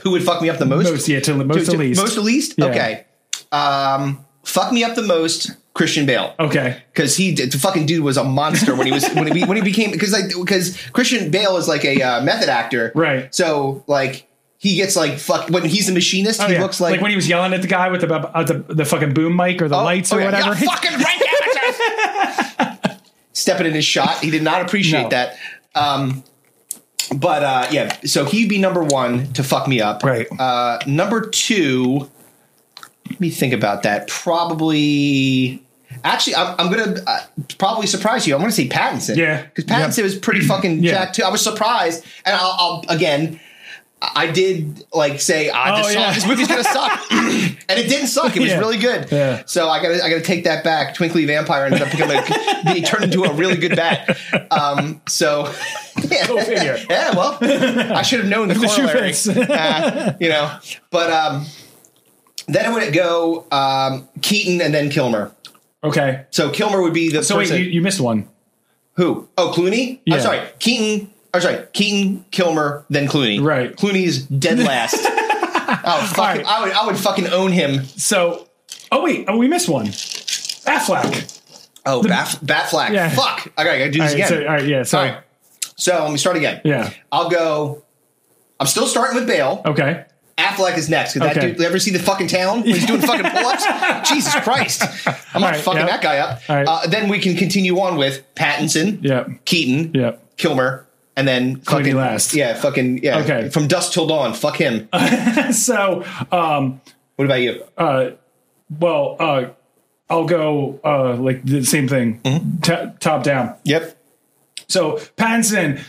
Speaker 1: who would fuck me up the most?
Speaker 2: most? Yeah, to most
Speaker 1: To-
Speaker 2: to
Speaker 1: to-
Speaker 2: least.
Speaker 1: Most to least.
Speaker 2: Yeah.
Speaker 1: Okay. Um, fuck me up the most. Christian Bale.
Speaker 2: okay.
Speaker 1: because he did, the fucking dude was a monster when he was when he when he became because like because Christian Bale is like a uh, method actor,
Speaker 2: Right.
Speaker 1: So like he gets like fuck when he's a machinist,
Speaker 2: Oh,
Speaker 1: he
Speaker 2: yeah.
Speaker 1: looks like,
Speaker 2: when he was yelling at the guy with the uh, the, the fucking boom mic or the
Speaker 1: Oh,
Speaker 2: lights
Speaker 1: oh,
Speaker 2: or
Speaker 1: yeah,
Speaker 2: whatever.
Speaker 1: yeah, fucking right amateur. stepping in his shot. He did not appreciate
Speaker 2: No.
Speaker 1: that. Um, but uh, yeah, so he'd be number one to fuck me up,
Speaker 2: Right.
Speaker 1: Uh, number two, let me think about that. Probably. Actually, I'm, I'm gonna uh, probably surprise you. I'm gonna say Pattinson.
Speaker 2: Yeah.
Speaker 1: because Pattinson was pretty fucking
Speaker 2: Yeah.
Speaker 1: jacked too. I was surprised, and I'll, I'll again. I did like say, ah, this,
Speaker 2: Oh,
Speaker 1: song-
Speaker 2: yeah.
Speaker 1: this movie's gonna suck, and it didn't suck. It was
Speaker 2: Yeah.
Speaker 1: really good.
Speaker 2: Yeah.
Speaker 1: So I gotta I gotta take that back. Twinkly vampire ended up becoming a, he turned into a really good bat. Um, so yeah.
Speaker 2: Go figure.
Speaker 1: yeah, well, I should have known the,
Speaker 2: the shoe
Speaker 1: corollary.
Speaker 2: fits.
Speaker 1: Uh, you know, but um, then I would go um, Keaton and then Kilmer.
Speaker 2: Okay.
Speaker 1: So Kilmer would be the
Speaker 2: So wait,
Speaker 1: person
Speaker 2: you, you missed one.
Speaker 1: who? Oh, Clooney.
Speaker 2: Yeah.
Speaker 1: I'm sorry, Keaton. I'm sorry, Keaton, Kilmer, then Clooney.
Speaker 2: Right.
Speaker 1: Clooney's dead last. oh fuck!
Speaker 2: All right.
Speaker 1: him. I would I would fucking own him.
Speaker 2: So oh wait, oh we missed one. Affleck.
Speaker 1: Oh, Bat Batflack.
Speaker 2: Yeah.
Speaker 1: Fuck! I gotta, I gotta do this
Speaker 2: All right,
Speaker 1: again.
Speaker 2: so, all right, yeah. So
Speaker 1: All right. So let me start again.
Speaker 2: yeah.
Speaker 1: I'll go. I'm still starting with Bale.
Speaker 2: Okay.
Speaker 1: Affleck is next because
Speaker 2: Okay.
Speaker 1: that dude. You ever see the fucking town? when He's doing fucking pull-ups. Jesus Christ! I'm
Speaker 2: All
Speaker 1: not
Speaker 2: right,
Speaker 1: fucking
Speaker 2: yeah.
Speaker 1: that guy up.
Speaker 2: All right.
Speaker 1: Uh, then we can continue on with Pattinson,
Speaker 2: Yeah.
Speaker 1: Keaton,
Speaker 2: Yeah.
Speaker 1: Kilmer, and then fucking
Speaker 2: last.
Speaker 1: Yeah, fucking yeah.
Speaker 2: Okay. Uh,
Speaker 1: from dusk till dawn. Fuck him.
Speaker 2: So um
Speaker 1: what about you?
Speaker 2: uh, well uh I'll go uh like the same thing.
Speaker 1: Mm-hmm.
Speaker 2: T- top down.
Speaker 1: yep.
Speaker 2: So Pattinson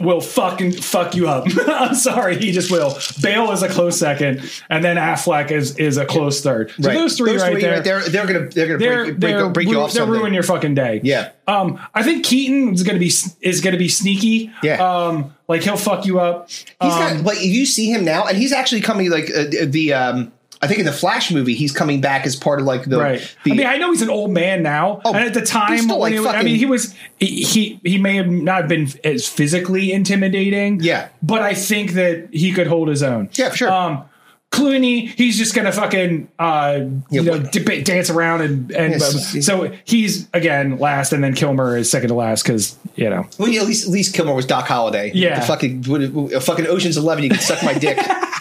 Speaker 2: will fucking fuck you up. I'm sorry, he just will. Bale is a close second, and then Affleck is is a close third. So those three right there.
Speaker 1: there, they're gonna they're gonna
Speaker 2: they're,
Speaker 1: break, break,
Speaker 2: they're,
Speaker 1: break you
Speaker 2: ru-
Speaker 1: off
Speaker 2: they're
Speaker 1: something.
Speaker 2: ruining your fucking day.
Speaker 1: yeah.
Speaker 2: Um, I think Keaton is gonna be is gonna be sneaky.
Speaker 1: Yeah.
Speaker 2: Um, like he'll fuck you up.
Speaker 1: He's
Speaker 2: um,
Speaker 1: got like you see him now, and he's actually coming like uh, the um I think in the Flash movie he's coming back as part of like the
Speaker 2: Right.
Speaker 1: the
Speaker 2: I mean, I know he's an old man now,
Speaker 1: Oh,
Speaker 2: and at the
Speaker 1: he's
Speaker 2: time,
Speaker 1: still,
Speaker 2: when
Speaker 1: like,
Speaker 2: he was- I mean,
Speaker 1: fucking-
Speaker 2: he was he, he he may have not been as physically intimidating.
Speaker 1: Yeah.
Speaker 2: But I think that he could hold his own.
Speaker 1: yeah sure
Speaker 2: Um, Clooney, he's just gonna fucking uh,
Speaker 1: Yeah,
Speaker 2: you know,
Speaker 1: what-
Speaker 2: dip, dance around and and um,
Speaker 1: Yes.
Speaker 2: so he's again last, and then Kilmer is second to last because you know
Speaker 1: Well, yeah, at least at least Kilmer was Doc Holliday.
Speaker 2: Yeah.
Speaker 1: the fucking would- uh, fucking Ocean's Eleven. You can suck my dick.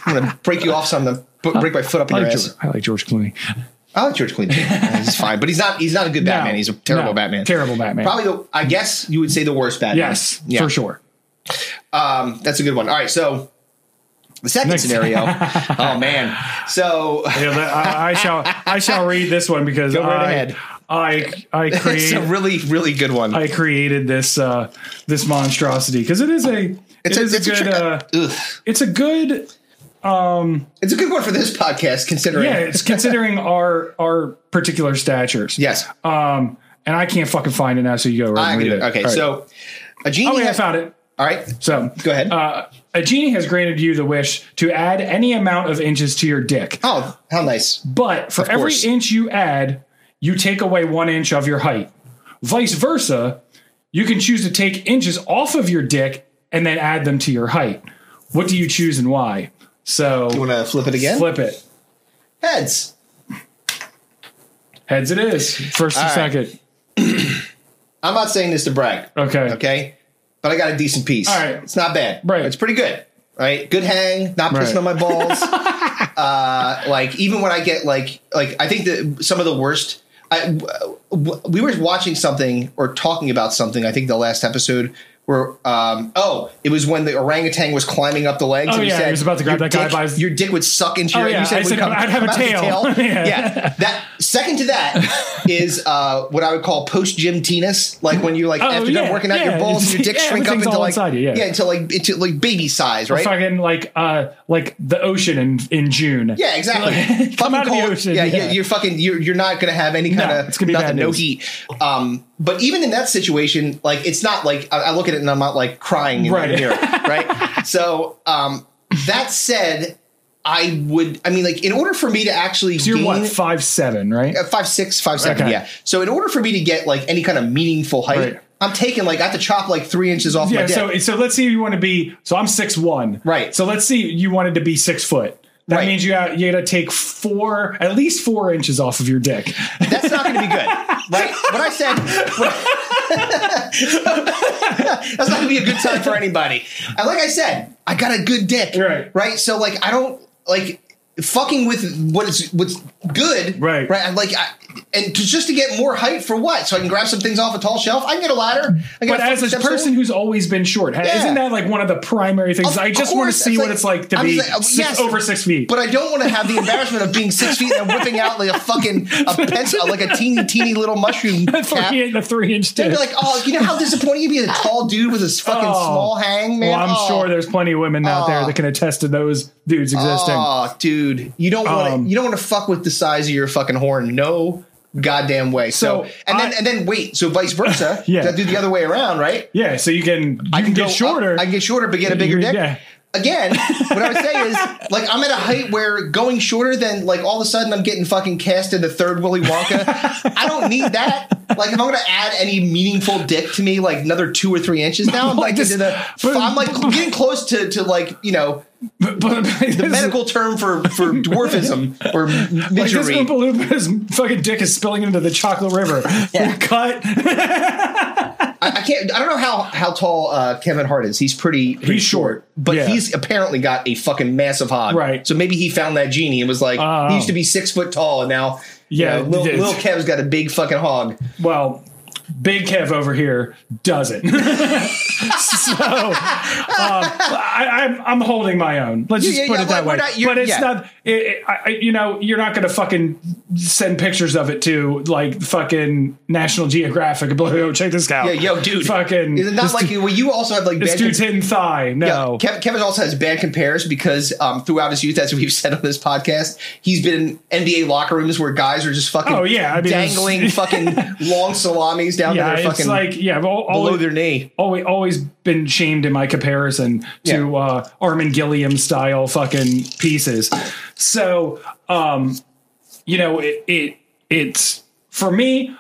Speaker 1: I'm gonna break you off something. b- Break my foot up in
Speaker 2: I
Speaker 1: your
Speaker 2: like,
Speaker 1: ass.
Speaker 2: George, I like George Clooney.
Speaker 1: I like George Clooney. too. He's fine, but he's not. He's not a good
Speaker 2: No.
Speaker 1: Batman. He's a terrible
Speaker 2: No.
Speaker 1: Batman.
Speaker 2: Terrible Batman.
Speaker 1: Probably. The, I guess you would say the worst Batman.
Speaker 2: Yes,
Speaker 1: Yeah.
Speaker 2: for sure.
Speaker 1: Um, that's a good one. All right, so the second
Speaker 2: Next.
Speaker 1: scenario. oh man. So
Speaker 2: Yeah, that, I, I shall I shall read this one because
Speaker 1: Go right
Speaker 2: I,
Speaker 1: ahead.
Speaker 2: I I
Speaker 1: it's a
Speaker 2: created
Speaker 1: really really good one.
Speaker 2: I created this uh, this monstrosity because it is a it's
Speaker 1: a-
Speaker 2: a,
Speaker 1: it's a
Speaker 2: good
Speaker 1: tri-
Speaker 2: uh,
Speaker 1: Ugh.
Speaker 2: it's a good
Speaker 1: It's a good one for this podcast, considering.
Speaker 2: yeah it's considering our our particular statures
Speaker 1: Yes,
Speaker 2: um and I can't fucking find it now so you go right
Speaker 1: I
Speaker 2: and
Speaker 1: can
Speaker 2: read
Speaker 1: do
Speaker 2: it
Speaker 1: it. Okay,
Speaker 2: All right.
Speaker 1: so a genie.
Speaker 2: oh wait I
Speaker 1: has-
Speaker 2: found it
Speaker 1: All right,
Speaker 2: so
Speaker 1: go ahead.
Speaker 2: uh, a genie has granted you the wish to add any amount of inches to your dick
Speaker 1: oh, how nice.
Speaker 2: But for
Speaker 1: Of
Speaker 2: every
Speaker 1: course.
Speaker 2: inch you add, you take away one inch of your height. Vice versa, you can choose to take inches off of your dick and then add them to your height. What do you choose and why?
Speaker 1: You
Speaker 2: So
Speaker 1: want to flip it again?
Speaker 2: flip it.
Speaker 1: Heads.
Speaker 2: Heads it is. First and
Speaker 1: All right.
Speaker 2: second.
Speaker 1: I'm not saying this to brag,
Speaker 2: Okay.
Speaker 1: okay? But I got a decent piece.
Speaker 2: All right.
Speaker 1: It's not bad.
Speaker 2: Right.
Speaker 1: It's pretty good. Right. Good hang, not pissing
Speaker 2: Right.
Speaker 1: on my balls. uh, like even when I get like like I think that some of the worst I w- w- we were watching something or talking about something I think the last episode where um, oh, it was when the orangutan was climbing up the legs.
Speaker 2: Oh,
Speaker 1: and he
Speaker 2: yeah, he
Speaker 1: said,
Speaker 2: was about to grab
Speaker 1: "Your
Speaker 2: that guy
Speaker 1: dick-
Speaker 2: by his-
Speaker 1: Your dick would suck into your.
Speaker 2: Oh,
Speaker 1: and
Speaker 2: yeah,
Speaker 1: you said,
Speaker 2: I
Speaker 1: it would
Speaker 2: said,
Speaker 1: come
Speaker 2: "I'd have a
Speaker 1: out of your
Speaker 2: tail." Yeah.
Speaker 1: yeah, that second to that is uh, what I would call post gym tennis. Like when you like
Speaker 2: Oh,
Speaker 1: after
Speaker 2: yeah,
Speaker 1: done working out,
Speaker 2: yeah,
Speaker 1: your balls, your dick
Speaker 2: yeah,
Speaker 1: shrink up
Speaker 2: everything's
Speaker 1: into
Speaker 2: all
Speaker 1: like
Speaker 2: inside you, yeah.
Speaker 1: into like into like baby size, right?
Speaker 2: fucking like uh like the ocean in in June.
Speaker 1: Yeah, exactly.
Speaker 2: Like, come
Speaker 1: Fucking
Speaker 2: out of the
Speaker 1: cold.
Speaker 2: ocean.
Speaker 1: Yeah, you- you're fucking. You're you're not gonna have any kind of
Speaker 2: it's gonna be
Speaker 1: nothing,
Speaker 2: bad
Speaker 1: no
Speaker 2: news.
Speaker 1: heat. Um, but even in that situation, like it's not like I, I look at it and I'm not like crying in
Speaker 2: Right.
Speaker 1: the mirror, right? So, um, that said, I would. I mean, like in order for me to actually
Speaker 2: So you're
Speaker 1: gain
Speaker 2: what five seven, right?
Speaker 1: uh, five six, five seven,
Speaker 2: Okay.
Speaker 1: yeah. So in order for me to get like any kind of meaningful height,
Speaker 2: Right.
Speaker 1: I'm taking like I have to chop like three inches off my
Speaker 2: Yeah.
Speaker 1: dick.
Speaker 2: So so let's see. You want to be so I'm six one.
Speaker 1: Right.
Speaker 2: So let's see. You wanted to be six foot. That
Speaker 1: Right.
Speaker 2: means you got, you got to take four, at least four inches off of your dick.
Speaker 1: That's not going to be good, right? What I said. that's not going to be a good time for anybody. And like I said, I got a good dick,
Speaker 2: Right.
Speaker 1: Right. So like, I don't like fucking with what is what's good,
Speaker 2: Right.
Speaker 1: Right. I'm like, I, and to, just to get more height for what? So I can grab some things off a tall shelf. I can get a ladder. I can
Speaker 2: But
Speaker 1: get
Speaker 2: as a
Speaker 1: step
Speaker 2: person
Speaker 1: stool.
Speaker 2: who's always been short, ha-
Speaker 1: Yeah.
Speaker 2: isn't that like one of the primary things?
Speaker 1: Of
Speaker 2: I just want to
Speaker 1: course,
Speaker 2: see
Speaker 1: it's
Speaker 2: what
Speaker 1: like-
Speaker 2: it's like to
Speaker 1: I'm
Speaker 2: be
Speaker 1: just like, uh,
Speaker 2: six,
Speaker 1: yes,
Speaker 2: over six feet.
Speaker 1: But I don't want to have the embarrassment of being six feet and whippking out like a fucking a pencil, like a teeny teeny little mushroom cap.
Speaker 2: three, the three inch
Speaker 1: They'd
Speaker 2: dick.
Speaker 1: be like, oh, you know how disappointing you'd be as a tall dude with a fucking
Speaker 2: Oh.
Speaker 1: small hang, man.
Speaker 2: Well, I'm
Speaker 1: oh.
Speaker 2: sure there's plenty of women out there that can attest to those dudes existing.
Speaker 1: Oh, dude, you don't want to
Speaker 2: Um,
Speaker 1: you don't want to fuck with the size of your fucking horn. No goddamn way. So,
Speaker 2: So,
Speaker 1: and then
Speaker 2: I-
Speaker 1: and then wait. So vice versa.
Speaker 2: Yeah.
Speaker 1: Do the other way around, right?
Speaker 2: yeah, so you can you
Speaker 1: I
Speaker 2: can, get
Speaker 1: go up-
Speaker 2: shorter.
Speaker 1: I can get shorter, but get a bigger dick.
Speaker 2: Yeah.
Speaker 1: Again, what I would say is, like, I'm at a height where going shorter than, like, all of a sudden I'm getting fucking cast in the third Willy Wonka. I don't need that. Like, if I'm going to add any meaningful dick to me, like another two or three inches now, I'm like,
Speaker 2: this-
Speaker 1: into the,
Speaker 2: but-
Speaker 1: I'm like getting close to, to like, you know,
Speaker 2: But, but
Speaker 1: the medical term for, for dwarfism or
Speaker 2: Like this
Speaker 1: midgery.
Speaker 2: his fucking dick is spilling into the chocolate river.
Speaker 1: Yeah.
Speaker 2: Cut.
Speaker 1: I can't. I don't know how how tall uh, Kevin Hart is. He's pretty. pretty
Speaker 2: He's short.
Speaker 1: but
Speaker 2: Yeah.
Speaker 1: he's apparently got a fucking massive hog.
Speaker 2: Right.
Speaker 1: So maybe he found that genie and was like,
Speaker 2: Oh.
Speaker 1: he used to be six foot tall, and now
Speaker 2: Yeah,
Speaker 1: you know,
Speaker 2: it
Speaker 1: Lil,
Speaker 2: is.
Speaker 1: Lil Kev's got a big fucking hog.
Speaker 2: Well, Big Kev over here doesn't. so um, I, I'm, I'm holding my own. Let's
Speaker 1: Yeah,
Speaker 2: just
Speaker 1: yeah,
Speaker 2: put
Speaker 1: yeah,
Speaker 2: it that
Speaker 1: we're
Speaker 2: way.
Speaker 1: not- you're-
Speaker 2: but it's
Speaker 1: yeah.
Speaker 2: not. It, it, I, I- you know, you're not going to fucking send pictures of it to like fucking National Geographic. and be like, Oh, check this out.
Speaker 1: Yeah, yo, dude,
Speaker 2: Fucking.
Speaker 1: Is it not
Speaker 2: this,
Speaker 1: like well, you also have like
Speaker 2: this
Speaker 1: bad
Speaker 2: dude's hidden thigh. No.
Speaker 1: Yeah, Kev- Kevin also has bad compares because um, throughout his youth, as we've said on this podcast, he's been in NBA locker rooms where guys are just fucking
Speaker 2: Oh, yeah, I mean, it's-
Speaker 1: dangling fucking long salamis down
Speaker 2: yeah,
Speaker 1: to their
Speaker 2: it's
Speaker 1: fucking
Speaker 2: like yeah, all, all
Speaker 1: below their knee.
Speaker 2: always always been shamed in my comparison to uh Armin Gilliam style fucking pieces. So um you know it, it it's for me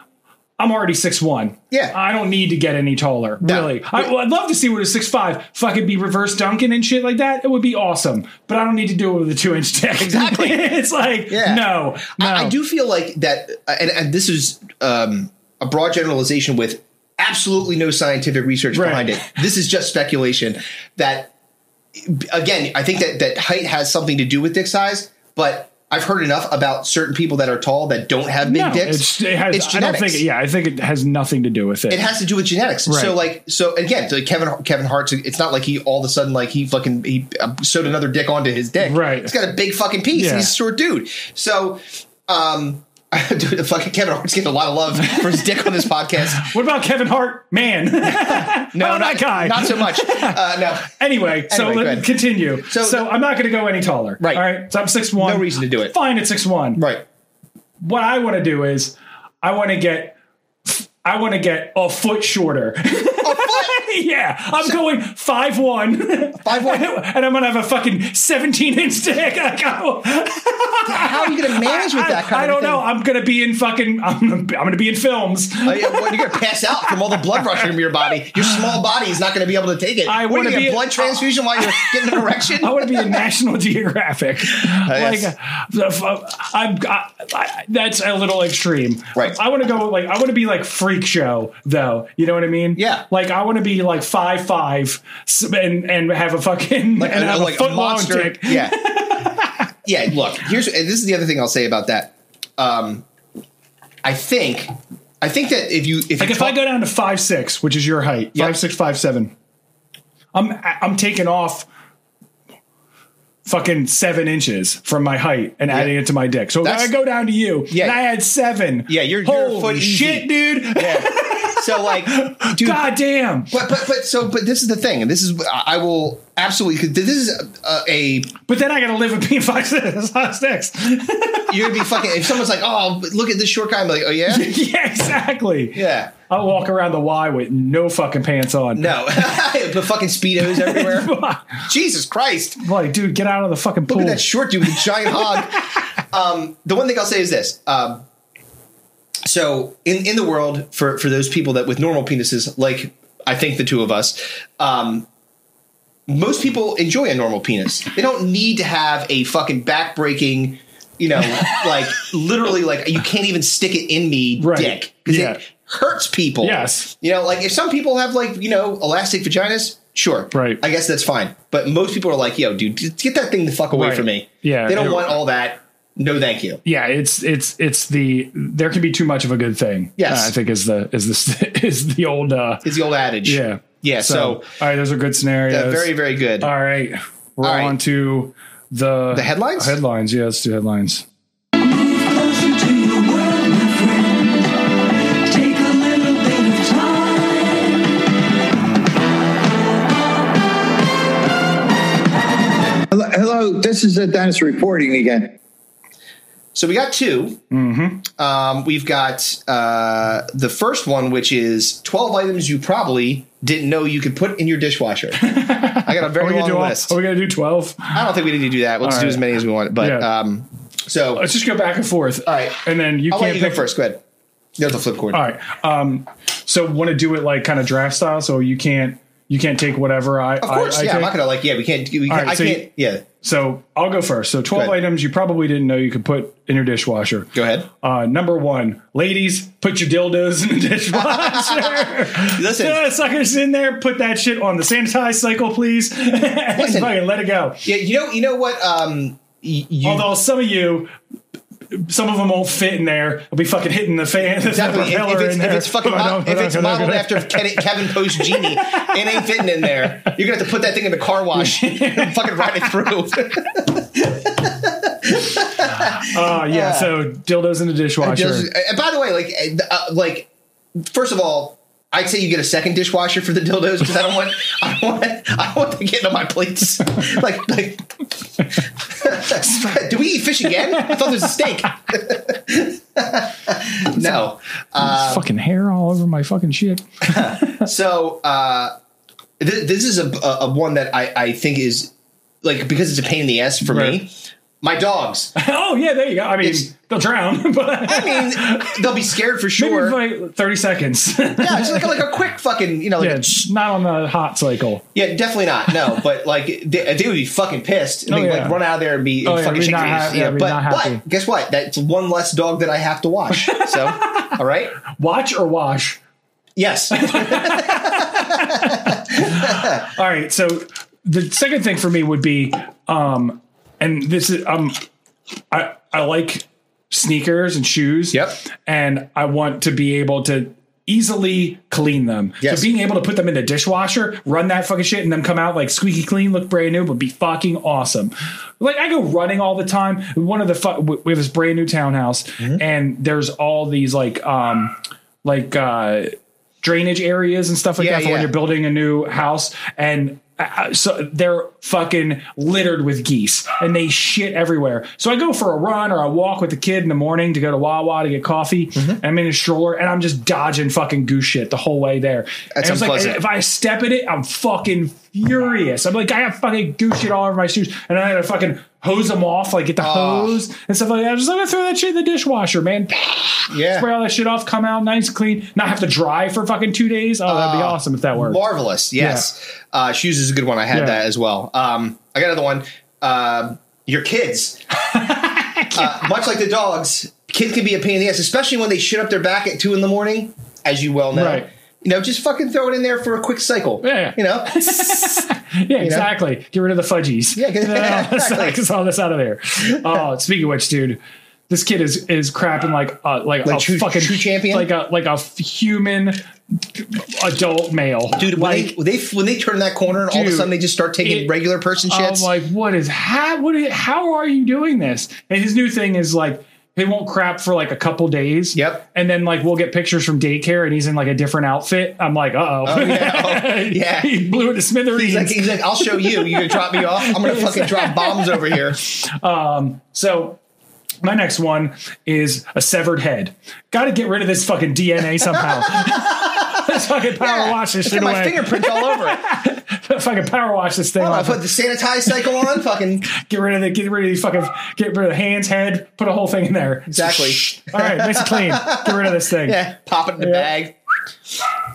Speaker 2: I'm already six one.
Speaker 1: Yeah.
Speaker 2: I don't need to get any taller.
Speaker 1: No.
Speaker 2: Really, I, well, I'd love to see what a six five fucking be reverse dunking and shit like that. It would be awesome, but I don't need to do it with a two inch dick.
Speaker 1: Exactly.
Speaker 2: it's like
Speaker 1: Yeah.
Speaker 2: no, no.
Speaker 1: I, I do feel like that, uh, and, and this is um, a broad generalization with absolutely no scientific research
Speaker 2: Right.
Speaker 1: behind it. This is just speculation. That again, I think that that height has something to do with dick size, but I've heard enough about certain people that are tall that don't have big
Speaker 2: No,
Speaker 1: dicks.
Speaker 2: it's, it has,
Speaker 1: It's
Speaker 2: I don't think.
Speaker 1: genetics.
Speaker 2: Yeah, I think it has nothing to do with it.
Speaker 1: It has to do with genetics.
Speaker 2: Right.
Speaker 1: So like so again, so Kevin Kevin Hart's. It's not like he all of a sudden like he fucking he uh, sewed another dick onto his dick.
Speaker 2: Right.
Speaker 1: He's got a big fucking piece.
Speaker 2: Yeah.
Speaker 1: And he's a short dude. So. um Dude, fucking Kevin Hart's getting a lot of love for his dick on this podcast.
Speaker 2: What about Kevin Hart? Man.
Speaker 1: No,
Speaker 2: Oh, that
Speaker 1: not,
Speaker 2: guy.
Speaker 1: Not so much. Uh, no,
Speaker 2: anyway, so
Speaker 1: Anyway, go
Speaker 2: let
Speaker 1: ahead.
Speaker 2: us continue. So,
Speaker 1: So-
Speaker 2: I'm not going to go any taller.
Speaker 1: Right.
Speaker 2: All right. So I'm 6'1.
Speaker 1: No reason to do it.
Speaker 2: Fine at 6'1.
Speaker 1: right.
Speaker 2: What I want to do is I want to get. I want to get a foot shorter. yeah, I'm going five one,
Speaker 1: 5'1".
Speaker 2: and I'm gonna have a fucking seventeen inch dick. Like, I,
Speaker 1: How are you going to manage with that kind
Speaker 2: I
Speaker 1: of
Speaker 2: don't
Speaker 1: thing?
Speaker 2: know. I'm gonna be in fucking. I'm, I'm gonna be in films.
Speaker 1: Uh, yeah, well, you're going to pass out from all the blood rushing to your body. Your small body is not going to be able to take it.
Speaker 2: I
Speaker 1: What,
Speaker 2: wanna
Speaker 1: are you gonna
Speaker 2: be-
Speaker 1: get blood transfusion while you're getting an erection.
Speaker 2: I want to be in National Geographic.
Speaker 1: yes.
Speaker 2: Like, the f- I'm. I, I, that's a little extreme.
Speaker 1: Right.
Speaker 2: I want to go like I want to be like freak show though. You know what I mean?
Speaker 1: Yeah.
Speaker 2: Like I want to be like five five and and have a fucking and have a foot long dick.
Speaker 1: Yeah. yeah. Look, here's and this is the other thing I'll say about that. Um, I think I think that if you if you
Speaker 2: Like if
Speaker 1: talk-
Speaker 2: I go down to five six, which is your height,
Speaker 1: Yep.
Speaker 2: five six, five seven, I'm I'm taking off fucking seven inches from my height and adding it to my dick. So
Speaker 1: That's-
Speaker 2: if I go down to you,
Speaker 1: Yeah.
Speaker 2: and I had seven.
Speaker 1: Yeah, you're- you're a
Speaker 2: holy
Speaker 1: foot easy.
Speaker 2: shit, dude.
Speaker 1: so like dude,
Speaker 2: God damn.
Speaker 1: but but but so but this is the thing, and this is I I will absolutely because this is a, a
Speaker 2: But then I got to live with being five six. Five, six.
Speaker 1: you're gonna be fucking if someone's like oh look at this short guy I'm like oh yeah
Speaker 2: yeah, exactly.
Speaker 1: yeah
Speaker 2: I'll walk around the Y with no fucking pants on.
Speaker 1: no but fucking speedos everywhere Jesus Christ
Speaker 2: like, dude, get out of the fucking
Speaker 1: look
Speaker 2: pool.
Speaker 1: at that short dude with a giant hog um, the one thing I'll say is this um, so in in the world for for those people that with normal penises like I think the two of us um, most people enjoy a normal penis. They don't need to have a fucking back-breaking, you know, like literally like you can't even stick it in me
Speaker 2: Right.
Speaker 1: dick because
Speaker 2: Yeah.
Speaker 1: it hurts people.
Speaker 2: Yes.
Speaker 1: You know, like if some people have like, you know, elastic vaginas, sure.
Speaker 2: Right.
Speaker 1: I guess that's fine. But most people are like, yo, dude, just get that thing the fuck away
Speaker 2: Right.
Speaker 1: from me.
Speaker 2: Yeah.
Speaker 1: They don't
Speaker 2: You're-
Speaker 1: want all that. No, thank you.
Speaker 2: yeah, it's it's it's the there can be too much of a good thing.
Speaker 1: Yes.
Speaker 2: uh, I think is the is the is the old uh
Speaker 1: It's the old adage.
Speaker 2: yeah
Speaker 1: Yeah. So,
Speaker 2: all right, those are good scenarios.
Speaker 1: uh, very, very good.
Speaker 2: all right, we're
Speaker 1: All right.
Speaker 2: on to the
Speaker 1: The headlines?
Speaker 2: Headlines, yeah, let's do headlines.
Speaker 5: Closer to your world, my friend. Take a little bit of time.
Speaker 6: Hello- Hello, this is uh, Dennis reporting again.
Speaker 1: So we got 2
Speaker 2: Mm-hmm.
Speaker 1: Um, we've got uh, the first one, which is 12 items you probably didn't know you could put in your dishwasher. I got a
Speaker 2: Are
Speaker 1: very
Speaker 2: we
Speaker 1: long
Speaker 2: gonna Oh, do all,
Speaker 1: list.
Speaker 2: Are we gonna do twelve?
Speaker 1: I don't think we need to do that. Let's
Speaker 2: All
Speaker 1: do
Speaker 2: right.
Speaker 1: as many as we want. But
Speaker 2: Yeah.
Speaker 1: um, so
Speaker 2: Let's just go back and forth.
Speaker 1: All right.
Speaker 2: and then you
Speaker 1: I'll
Speaker 2: can't
Speaker 1: let you go
Speaker 2: pick-
Speaker 1: first. Go ahead. There's a flip cord.
Speaker 2: All right. Um, so want to do it like kind of draft style, so you can't you can't take whatever I.
Speaker 1: Of course,
Speaker 2: I, I
Speaker 1: yeah.
Speaker 2: take.
Speaker 1: I'm not gonna like. Yeah, we can't. We can't
Speaker 2: right,
Speaker 1: I
Speaker 2: so you-
Speaker 1: can't. yeah.
Speaker 2: So I'll go first. So twelve
Speaker 1: Go ahead.
Speaker 2: items you probably didn't know you could put in your dishwasher.
Speaker 1: Go ahead.
Speaker 2: Uh, number one, ladies, put your dildos in the dishwasher.
Speaker 1: Listen.
Speaker 2: Throw that suckers in there. Put that shit on the sanitize cycle, please. and
Speaker 1: Listen.
Speaker 2: fucking let it go.
Speaker 1: Yeah. You know. You know what? Um. y- You,
Speaker 2: Although some of you, some of them won't fit in there. I'll be fucking hitting the fan. the
Speaker 1: Exactly. If, if
Speaker 2: propeller
Speaker 1: it's,
Speaker 2: in
Speaker 1: if
Speaker 2: there. Oh,
Speaker 1: it's fucking
Speaker 2: Hold on,
Speaker 1: mo- if
Speaker 2: hold
Speaker 1: it's
Speaker 2: on, hold on,
Speaker 1: modeled
Speaker 2: hold on.
Speaker 1: after Ke- Kevin Post genie, it ain't fitting in there. You're gonna have to put that thing in the car wash and fucking ride it through.
Speaker 2: Uh, yeah, So dildos in the dishwasher.
Speaker 1: Just- and by the way, like, uh, like, first of all, I'd say you get a second dishwasher for the dildos because I don't want, I don't want, I don't want them getting on my plates. like, like, do we eat fish again? I thought there was a steak. no. um,
Speaker 2: fucking hair all over my fucking shit.
Speaker 1: So uh, th- this is a, a, a one that I, I think is like because it's a pain in the ass for me. My dogs. I
Speaker 2: oh yeah, there you go. I mean,
Speaker 1: It's-
Speaker 2: they'll drown, but
Speaker 1: mean, they'll be scared for
Speaker 2: maybe
Speaker 1: sure.
Speaker 2: for like thirty seconds.
Speaker 1: Yeah, just like, like a quick fucking, you know, like
Speaker 2: yeah,
Speaker 1: a tsh-
Speaker 2: not on the hot cycle.
Speaker 1: Yeah, definitely not. No, but like they, they would be fucking pissed. And
Speaker 2: Oh,
Speaker 1: they'd
Speaker 2: yeah.
Speaker 1: like run out of there and be
Speaker 2: Oh, yeah,
Speaker 1: fucking
Speaker 2: we're
Speaker 1: shaking
Speaker 2: not
Speaker 1: their
Speaker 2: ha-
Speaker 1: ass.
Speaker 2: yeah,
Speaker 1: Yeah,
Speaker 2: we're
Speaker 1: but,
Speaker 2: not happy.
Speaker 1: but guess what? That's one less dog that I have to watch. So, all right.
Speaker 2: Watch or wash.
Speaker 1: Yes.
Speaker 2: All right. So the second thing for me would be, um, and this is um, I I like sneakers and shoes.
Speaker 1: Yep.
Speaker 2: And I want to be able to easily clean them.
Speaker 1: Yes.
Speaker 2: So being able to put them in the dishwasher, run that fucking shit, and then come out like squeaky clean, look brand new, would be fucking awesome. Like I go running all the time. One of the fu- we we have this brand new townhouse,
Speaker 1: Mm-hmm.
Speaker 2: and there's all these like um like uh drainage areas and stuff like
Speaker 1: Yeah,
Speaker 2: that for
Speaker 1: yeah.
Speaker 2: when you're building a new house and uh, so they're fucking littered with geese and they shit everywhere. So I go for a run or I walk with the kid in the morning to go to Wawa to get coffee.
Speaker 1: Mm-hmm.
Speaker 2: And I'm in a stroller and I'm just dodging fucking goose shit the whole way there.
Speaker 1: That's
Speaker 2: and it's like,
Speaker 1: unpleasant.
Speaker 2: if I step in it, I'm fucking furious. I'm like, I have fucking goose shit all over my shoes and I gotta fucking hose them off, like get the
Speaker 1: Ah.
Speaker 2: hose and stuff like that. I'm just like, I'm gonna throw that shit in the dishwasher, man spray
Speaker 1: yeah.
Speaker 2: all that shit off, come out nice, clean, not have to dry for fucking two days. Oh,
Speaker 1: Uh,
Speaker 2: that'd be awesome if that worked.
Speaker 1: Marvelous. Yes. Uh, shoes is a good one. I had
Speaker 2: Yeah.
Speaker 1: that as well. Um, I got another one. Um your kids. uh, much like the dogs, kids can be a pain in the ass, especially when they shit up their back at two in the morning, as you well know.
Speaker 2: Right.
Speaker 1: You know, just fucking throw it in there for a quick cycle.
Speaker 2: Yeah.
Speaker 1: You know?
Speaker 2: yeah, exactly. Get rid of the fudgies.
Speaker 1: Yeah, get-
Speaker 2: No, let's
Speaker 1: exactly.
Speaker 2: knock this- all this out of there. Oh, speaking of which, dude, this kid is is crapping like a, like,
Speaker 1: Like
Speaker 2: a
Speaker 1: true-
Speaker 2: fucking
Speaker 1: true champion?
Speaker 2: like a like a f- human adult male,
Speaker 1: Dude, when,
Speaker 2: Like,
Speaker 1: they, when they when they turn that corner and all of a
Speaker 2: Dude,
Speaker 1: sudden they just start taking
Speaker 2: it- Oh
Speaker 1: regular person shits.
Speaker 2: I'm like, what is how what is, how are you doing this? And his new thing is like he won't crap for like a couple days.
Speaker 1: Yep.
Speaker 2: And then like we'll get pictures from daycare and he's in like a different outfit. I'm like, uh oh.
Speaker 1: yeah. Oh, yeah.
Speaker 2: he blew it to smithereens.
Speaker 1: he's like, he's like, I'll show you. You're gonna drop me off. I'm gonna fucking drop bombs over here.
Speaker 2: so my next one is a severed head. Gotta get rid of this fucking DNA somehow. Let's fucking power
Speaker 1: Yeah,
Speaker 2: wash this
Speaker 1: Let's
Speaker 2: shit
Speaker 1: get my
Speaker 2: away.
Speaker 1: fingerprints all over it.
Speaker 2: fucking power wash this thing.
Speaker 1: I
Speaker 2: off.
Speaker 1: put the sanitize cycle on. Fucking
Speaker 2: get rid of the get rid of the fucking get rid of the hands, head, put a whole thing in there.
Speaker 1: exactly.
Speaker 2: All right, nice and clean. Get rid of this thing.
Speaker 1: Yeah, pop it in the bag.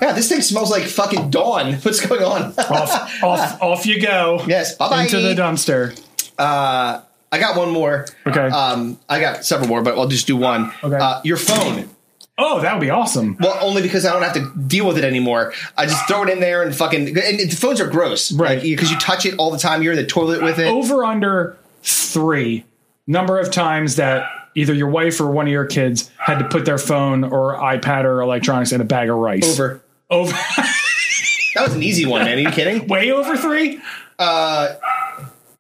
Speaker 1: Yeah, this thing smells like fucking dawn. What's going on?
Speaker 2: off, off, off you go.
Speaker 1: Yes, bye-bye.
Speaker 2: Into the dumpster.
Speaker 1: I got one more.
Speaker 2: Okay.
Speaker 1: Um, I got several more, but I'll just do one.
Speaker 2: Okay.
Speaker 1: Uh, your phone.
Speaker 2: oh, that would be awesome.
Speaker 1: Well, only because I don't have to deal with it anymore. I just throw it in there and fucking. And the phones are gross,
Speaker 2: Right.
Speaker 1: Because you touch it all the time. You're in the toilet with it.
Speaker 2: Over under three number of times that either your wife or one of your kids had to put their phone or iPad or electronics in a bag of rice.
Speaker 1: Over.
Speaker 2: Over.
Speaker 1: That was an easy one, man. Are you kidding?
Speaker 2: Way over three. Uh,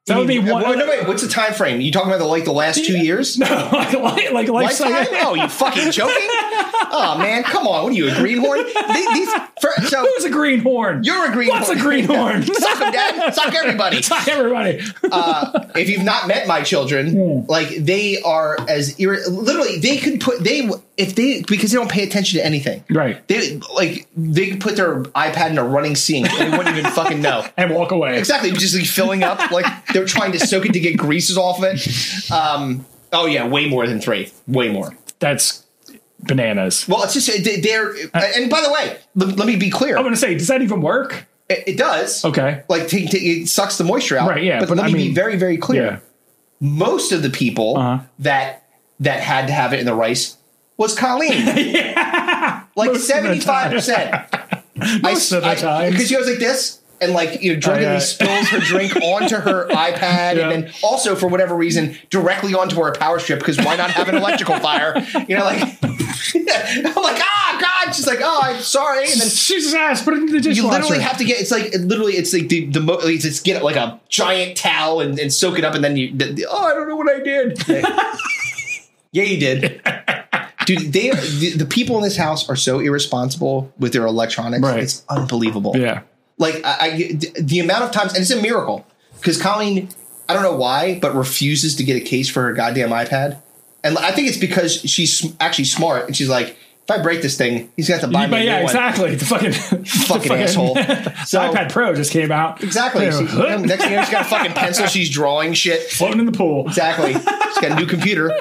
Speaker 2: that would be one.
Speaker 1: Wait, no, wait. What's the time frame? You talking about the, like the last two years?
Speaker 2: like like, like lifestyle.
Speaker 1: Lifetime? oh, you fucking joking? oh man, come on. What are you a greenhorn? These, these for, so
Speaker 2: Who's a greenhorn?
Speaker 1: You're a greenhorn.
Speaker 2: What's a greenhorn?
Speaker 1: suck them, Dad. Suck everybody.
Speaker 2: Hi, everybody.
Speaker 1: if you've not met my children,
Speaker 2: Hmm.
Speaker 1: like they are as irri- literally they could put they if they because they don't pay attention to anything.
Speaker 2: Right.
Speaker 1: They like they could put their iPad in a running sink and they wouldn't even fucking know.
Speaker 2: and walk away.
Speaker 1: Exactly, just like filling up like they're trying to soak it to get greases off it. Um Oh yeah, way more than three. Way more.
Speaker 2: That's bananas.
Speaker 1: Well, it's just they- they're.
Speaker 2: Uh,
Speaker 1: And by the way, let, let me be clear.
Speaker 2: I'm gonna say, does that even work?
Speaker 1: It, it does.
Speaker 2: Oh, Okay.
Speaker 1: Like take, take, it sucks the moisture out.
Speaker 2: Right, yeah,
Speaker 1: But,
Speaker 2: but
Speaker 1: let
Speaker 2: I
Speaker 1: me be
Speaker 2: mean-
Speaker 1: very, very clear.
Speaker 2: Yeah.
Speaker 1: most of the people
Speaker 2: Uh-huh.
Speaker 1: that that had to have it in the rice was Colleen. like
Speaker 2: most of the
Speaker 1: seventy five percent.
Speaker 2: Most of the time.
Speaker 1: because she goes like this. And like you know, drunkenly
Speaker 2: yeah.
Speaker 1: spills her drink onto her iPad,
Speaker 2: Yeah.
Speaker 1: and then also for whatever reason directly onto her power strip because why not have an electrical fire? You know, like I'm like, ah, God, she's like, oh, I'm sorry, and then
Speaker 2: She's his ass. Put it in the dishwasher.
Speaker 1: you literally have to get. It's like it literally. It's like the the mo- like, it's get like a giant towel and, and soak it up, and then you. The, the- oh, I don't know what I did. yeah, you did, dude. They the, the people in this house are so irresponsible with their electronics.
Speaker 2: Right.
Speaker 1: It's unbelievable.
Speaker 2: Yeah.
Speaker 1: Like I, I the- the amount of times, and it's a miracle because Colleen, I don't know why, but refuses to get a case for her goddamn iPad, and I think it's because she's sm- actually smart, and she's like. If I break this thing, he's got to buy me a
Speaker 2: But
Speaker 1: new
Speaker 2: yeah,
Speaker 1: one.
Speaker 2: exactly. The fucking fucking,
Speaker 1: Fucking asshole. So-
Speaker 2: iPad Pro just came out.
Speaker 1: Exactly.
Speaker 2: You
Speaker 1: She-
Speaker 2: know,
Speaker 1: um, next thing you know, she's got a fucking pencil. She's drawing shit.
Speaker 2: floating in the pool.
Speaker 1: Exactly. She's got a new computer.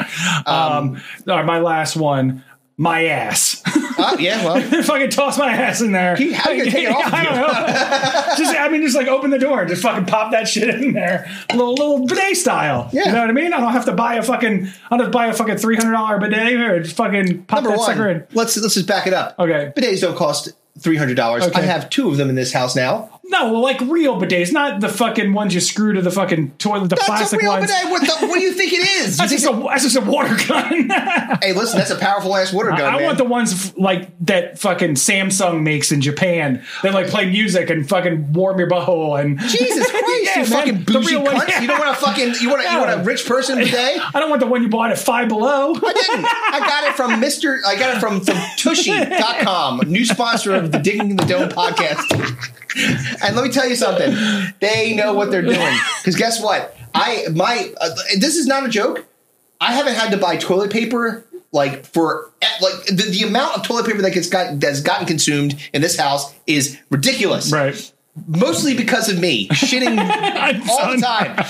Speaker 1: Um,
Speaker 2: All right, my last one. My ass.
Speaker 1: uh, yeah, well,
Speaker 2: fucking toss my ass in there.
Speaker 1: how you gonna take it off
Speaker 2: I don't know. just I mean, just like open the door and just fucking pop that shit in there. Little little bidet style.
Speaker 1: Yeah.
Speaker 2: You know what I mean? I don't have to buy a fucking I don't have to buy a fucking three hundred dollar bidet or just fucking pop
Speaker 1: number
Speaker 2: that sucker
Speaker 1: one.
Speaker 2: in.
Speaker 1: Let's let's just back it up.
Speaker 2: Okay.
Speaker 1: Bidets don't cost three hundred dollars.
Speaker 2: Okay.
Speaker 1: I have two of them in this house now.
Speaker 2: No, well, like real bidets, not the fucking ones you screw to the fucking toilet, the
Speaker 1: That's a
Speaker 2: plastic
Speaker 1: real
Speaker 2: ones.
Speaker 1: bidet. What, the, what do you think it is? You
Speaker 2: That's
Speaker 1: think
Speaker 2: just, a, that's just a water gun.
Speaker 1: that- hey, listen, that's a powerful ass water gun.
Speaker 2: I
Speaker 1: man.
Speaker 2: want the ones f- like that fucking Samsung makes in Japan that like play music and fucking warm your butthole and
Speaker 1: Jesus Christ,
Speaker 2: Yeah,
Speaker 1: you
Speaker 2: man.
Speaker 1: fucking
Speaker 2: The
Speaker 1: bougie
Speaker 2: real one.
Speaker 1: cunt. You don't want a fucking you want a, you want a
Speaker 2: No.
Speaker 1: rich person bidet?
Speaker 2: I don't want the one you bought at Five Below.
Speaker 1: I didn't. I got it from Mr. I got it from, from Tushy.com, new sponsor of the Digging the Dome podcast. And let me tell you something. They know what they're doing. Because guess what? I, my, uh, this is not a joke. I haven't had to buy toilet paper like for like the, the amount of toilet paper that gets got that's gotten consumed in this house is ridiculous
Speaker 2: Right.
Speaker 1: mostly because of me shitting all the time.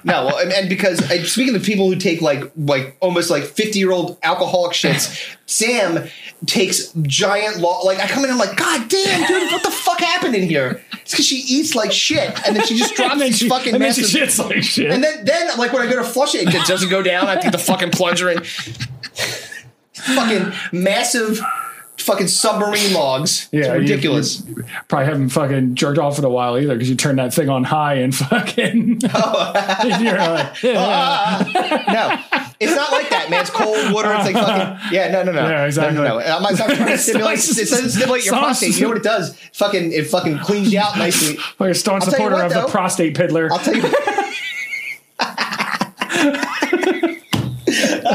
Speaker 1: No, well, and, and because I, speaking of people who take like like almost like fifty year old alcoholic shits, Sam takes giant law. Like I come in, I'm like, God damn, dude, what the fuck happened in here? It's because she eats like shit, and then she just drops
Speaker 2: And then
Speaker 1: these
Speaker 2: she,
Speaker 1: fucking
Speaker 2: and then she
Speaker 1: massive.
Speaker 2: shits like shit.
Speaker 1: and then, then, like when I go to flush it, it doesn't go down. I take the fucking plunger and fucking massive fucking submarine logs. It's
Speaker 2: Yeah, you-
Speaker 1: ridiculous.
Speaker 2: you probably haven't fucking jerked off in a while either because you turn that thing on high and fucking.
Speaker 1: Oh.
Speaker 2: and you're uh, like, yeah,
Speaker 1: no, it's not like that, man. It's cold water. It's like fucking yeah, no, no, no,
Speaker 2: Yeah, exactly.
Speaker 1: No, no, no. I'm not, it's not trying to
Speaker 2: It's
Speaker 1: stimulate.
Speaker 2: not-
Speaker 1: It doesn't stimulate your
Speaker 2: it's not-
Speaker 1: prostate. You know what it does? Fucking it fucking cleans you out nicely.
Speaker 2: like a staunch
Speaker 1: I'll tell you
Speaker 2: supporter
Speaker 1: what,
Speaker 2: of
Speaker 1: though.
Speaker 2: the prostate piddler.
Speaker 1: I'll tell you.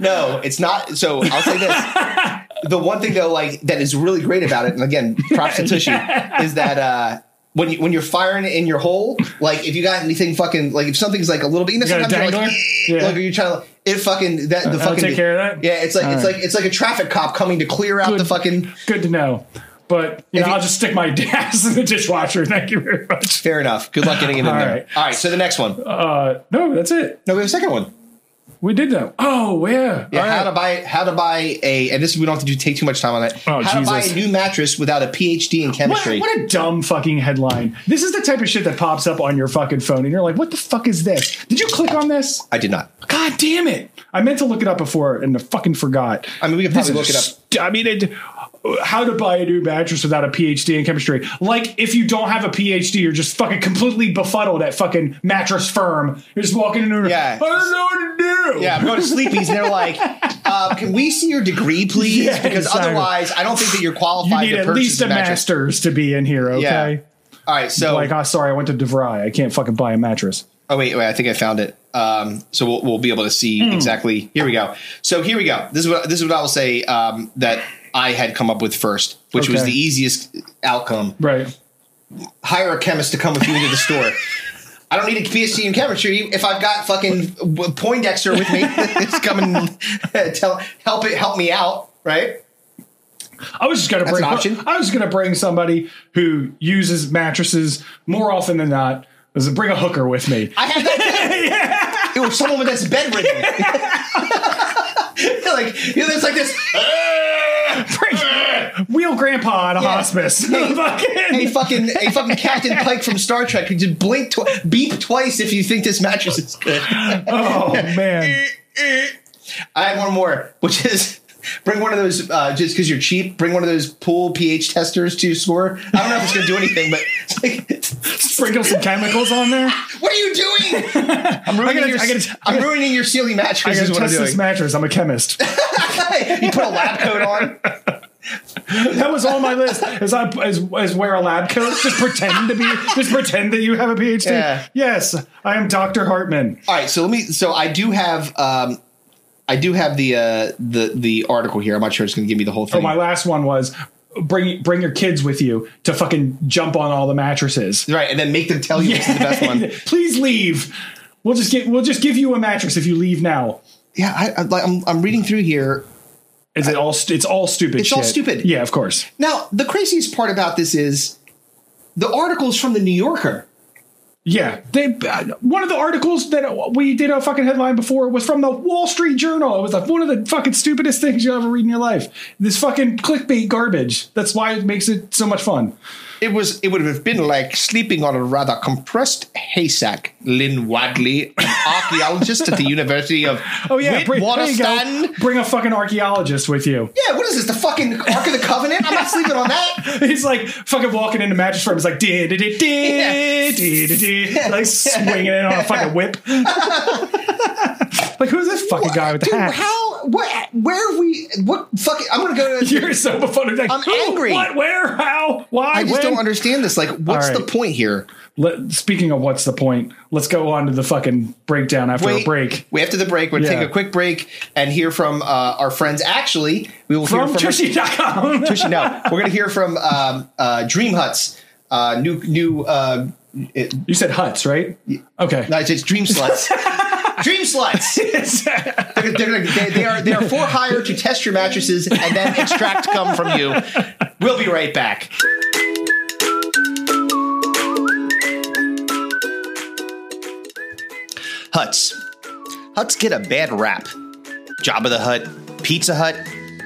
Speaker 1: no, it's not. So I'll say this. The one thing though, like that is really great about it, and again, props to Tushy, is that uh, when you when you're firing it in your hole, like if you got anything fucking like if something's like a little bit, you know,
Speaker 2: You got a
Speaker 1: sometimes you're like,
Speaker 2: dangler? Yeah.
Speaker 1: like are you trying to it fucking that the
Speaker 2: I'll
Speaker 1: fucking
Speaker 2: take care of that?
Speaker 1: Yeah, it's like
Speaker 2: All
Speaker 1: it's
Speaker 2: right.
Speaker 1: like it's like a traffic cop coming to clear out
Speaker 2: Good.
Speaker 1: the fucking.
Speaker 2: Good to know. But you
Speaker 1: If
Speaker 2: know,
Speaker 1: you-
Speaker 2: I'll just stick my ass in the dishwasher. Thank you very much.
Speaker 1: Fair enough. Good luck getting it in
Speaker 2: All
Speaker 1: there.
Speaker 2: right. Uh,
Speaker 1: All right, so the next one.
Speaker 2: No, that's it.
Speaker 1: no, we have a second one.
Speaker 2: We did that. Oh yeah.
Speaker 1: Yeah,
Speaker 2: All
Speaker 1: how
Speaker 2: right.
Speaker 1: to buy how to buy a and this we don't have to do take too much time on it.
Speaker 2: Oh,
Speaker 1: how to buy
Speaker 2: Jesus.
Speaker 1: a new mattress without a PhD in
Speaker 2: What,
Speaker 1: chemistry.
Speaker 2: what a dumb fucking headline. This is the type of shit that pops up on your fucking phone and you're like, what the fuck is this? Did you click on this?
Speaker 1: I did not.
Speaker 2: God damn it. I meant to look it up before and I fucking forgot.
Speaker 1: I mean, we could
Speaker 2: This
Speaker 1: probably
Speaker 2: is
Speaker 1: look it up.
Speaker 2: st- I mean, it, how to buy a new mattress without a PhD in chemistry. Like, if you don't have a PhD, you're just fucking completely befuddled at fucking mattress firm. You're just walking into
Speaker 1: Yeah.
Speaker 2: I don't know what to do.
Speaker 1: Yeah, I'm going to Sleepy's and they're like, uh, "Can we see your degree, please?
Speaker 2: Yeah,
Speaker 1: because
Speaker 2: exactly.
Speaker 1: otherwise, I don't think that you're
Speaker 2: You
Speaker 1: qualified
Speaker 2: need
Speaker 1: to
Speaker 2: at
Speaker 1: purchase
Speaker 2: least a
Speaker 1: mattress."
Speaker 2: master's to be in here,
Speaker 1: Yeah.
Speaker 2: okay?
Speaker 1: All right, so
Speaker 2: Like, oh, sorry, I went to DeVry. I can't fucking buy a mattress.
Speaker 1: oh wait, wait, I think I found it. Um, so we'll, we'll be able to see
Speaker 2: Hmm.
Speaker 1: exactly. Here we go. So here we go. This is what this is what I will say um, that I had come up with first, which was
Speaker 2: Okay.
Speaker 1: the easiest outcome.
Speaker 2: Right.
Speaker 1: hire a chemist to come with you into the store. I don't need a PhD in chemistry if I've got fucking w- Poindexter with me. It's coming, tell, help it, help me out, right?
Speaker 2: I was just gonna
Speaker 1: That's
Speaker 2: bring.
Speaker 1: an option.
Speaker 2: I was just gonna bring somebody who uses mattresses more often than not. Was to bring a hooker with me.
Speaker 1: I have that. It was someone that's bedridden. like you know, it's like this.
Speaker 2: Bring- wheel grandpa on a hospice.
Speaker 1: Hey,
Speaker 2: Fucking-
Speaker 1: A fucking, a fucking Captain Pike from Star Trek who just blink, tw- beep twice if you think this mattress is good.
Speaker 2: oh man.
Speaker 1: I have one more, which is bring one of those uh, just because you're cheap. Bring one of those pool pH testers to your store. I don't know if it's going to do anything, but it's like,
Speaker 2: Sprinkle some chemicals on there.
Speaker 1: what are you doing? I'm ruining
Speaker 2: gotta-
Speaker 1: your,
Speaker 2: I gotta- I
Speaker 1: am
Speaker 2: gotta-
Speaker 1: ruining your Sealy
Speaker 2: I
Speaker 1: mattress.
Speaker 2: gotta
Speaker 1: Is what I'm
Speaker 2: test
Speaker 1: doing.
Speaker 2: this mattress. I'm a chemist.
Speaker 1: you put a lab coat on.
Speaker 2: That was on my list. Is I is, is wear a lab coat? Just pretend to be. Just pretend that you have a PhD.
Speaker 1: Yeah.
Speaker 2: Yes, I am Doctor Hartman.
Speaker 1: All right, so let me. So I do have. Um, I do have the uh, the the article here. I'm not sure it's going to give me the whole thing.
Speaker 2: But my last one was bring bring your kids with you to fucking jump on all the mattresses.
Speaker 1: right, and then make them tell you this is the best one.
Speaker 2: Please leave. We'll just get we'll just give you a mattress if you leave now.
Speaker 1: Yeah, I, I, like, I'm I'm reading through here.
Speaker 2: Is it all? st- It's all stupid.
Speaker 1: It's all
Speaker 2: shit.
Speaker 1: stupid.
Speaker 2: Yeah, of course.
Speaker 1: Now the craziest part about this is the article's from the New Yorker.
Speaker 2: Yeah, they. Uh, one of the articles that we did a fucking headline before was from the Wall Street Journal. It was like one of the fucking stupidest things you'll ever read in your life. This fucking clickbait garbage. That's why it makes it so much fun.
Speaker 1: It was. It would have been like sleeping on a rather compressed haystack. Lynn Wadley, an archaeologist at the University of
Speaker 2: Oh yeah, bring, there you go.
Speaker 1: Witwatersrand.
Speaker 2: bring a fucking archaeologist with you.
Speaker 1: Yeah, what is this? The fucking Ark of the Covenant? I'm not sleeping on that.
Speaker 2: He's like fucking walking into mattress firm. He's like, dee, dee, dee,
Speaker 1: Yeah.
Speaker 2: dee, dee, dee, dee, like swinging it on a fucking whip. like, who's this fucking guy with the
Speaker 1: Dude,
Speaker 2: hat?
Speaker 1: how? What? Where are we? What? Fucking. I'm gonna go. to
Speaker 2: You're so befuddled. Like,
Speaker 1: I'm
Speaker 2: who,
Speaker 1: angry.
Speaker 2: What? Where? How? Why?
Speaker 1: I just
Speaker 2: when?
Speaker 1: don't understand this. Like, what's
Speaker 2: All right.
Speaker 1: the point here?
Speaker 2: Let, speaking of what's the point, let's go on to the fucking breakdown after a break.
Speaker 1: Wait, after the break, we're gonna
Speaker 2: Yeah.
Speaker 1: take a quick break and hear from uh, our friends. Actually, we will hear
Speaker 2: From
Speaker 1: from
Speaker 2: Tushy.com.
Speaker 1: Tushy, no, we're gonna hear from um, uh, Dream Huts. Uh, new, new. Uh, it,
Speaker 2: you said huts, right? Okay.
Speaker 1: no, it's, it's Dream Sluts. Dream Sluts.
Speaker 2: uh,
Speaker 1: They're, they're, they, they are they are for hire to test your mattresses and then extract cum from you. We'll be right back. Huts. Huts get a bad rap. Job of the Hut, Pizza Hut,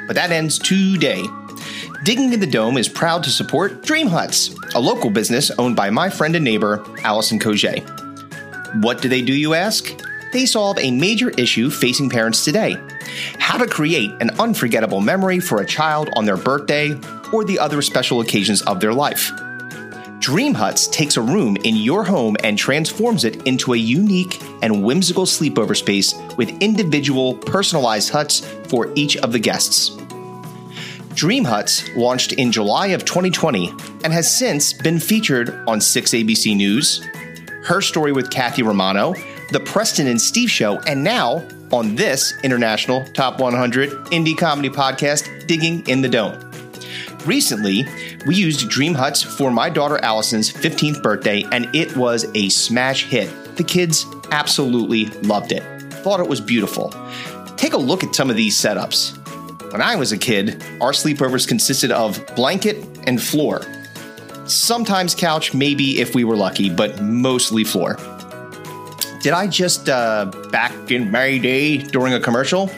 Speaker 1: but that ends today. Digging in the Dome is proud to support Dream Huts, a local business owned by my friend and neighbor, Allison Coget. What do they do, you ask? They solve a major issue facing parents today how to create an unforgettable memory for a child on their birthday or the other special occasions of their life. Dream Huts takes a room in your home and transforms it into a unique and whimsical sleepover space with individual personalized huts for each of the guests. Dream Huts launched in July of 2020 and has since been featured on 6ABC News, Her Story with Kathy Romano, The Preston and Steve Show, and now on this international top 100 indie comedy podcast, Digging in the Dome. Recently, we used Dream Huts for my daughter Allison's 15th birthday, and it was a smash hit. The kids absolutely loved it, thought it was beautiful. Take a look at some of these setups. When I was a kid, our sleepovers consisted of blanket and floor. Sometimes couch, maybe if we were lucky, but mostly floor. Did I just uh, back in my day during a commercial?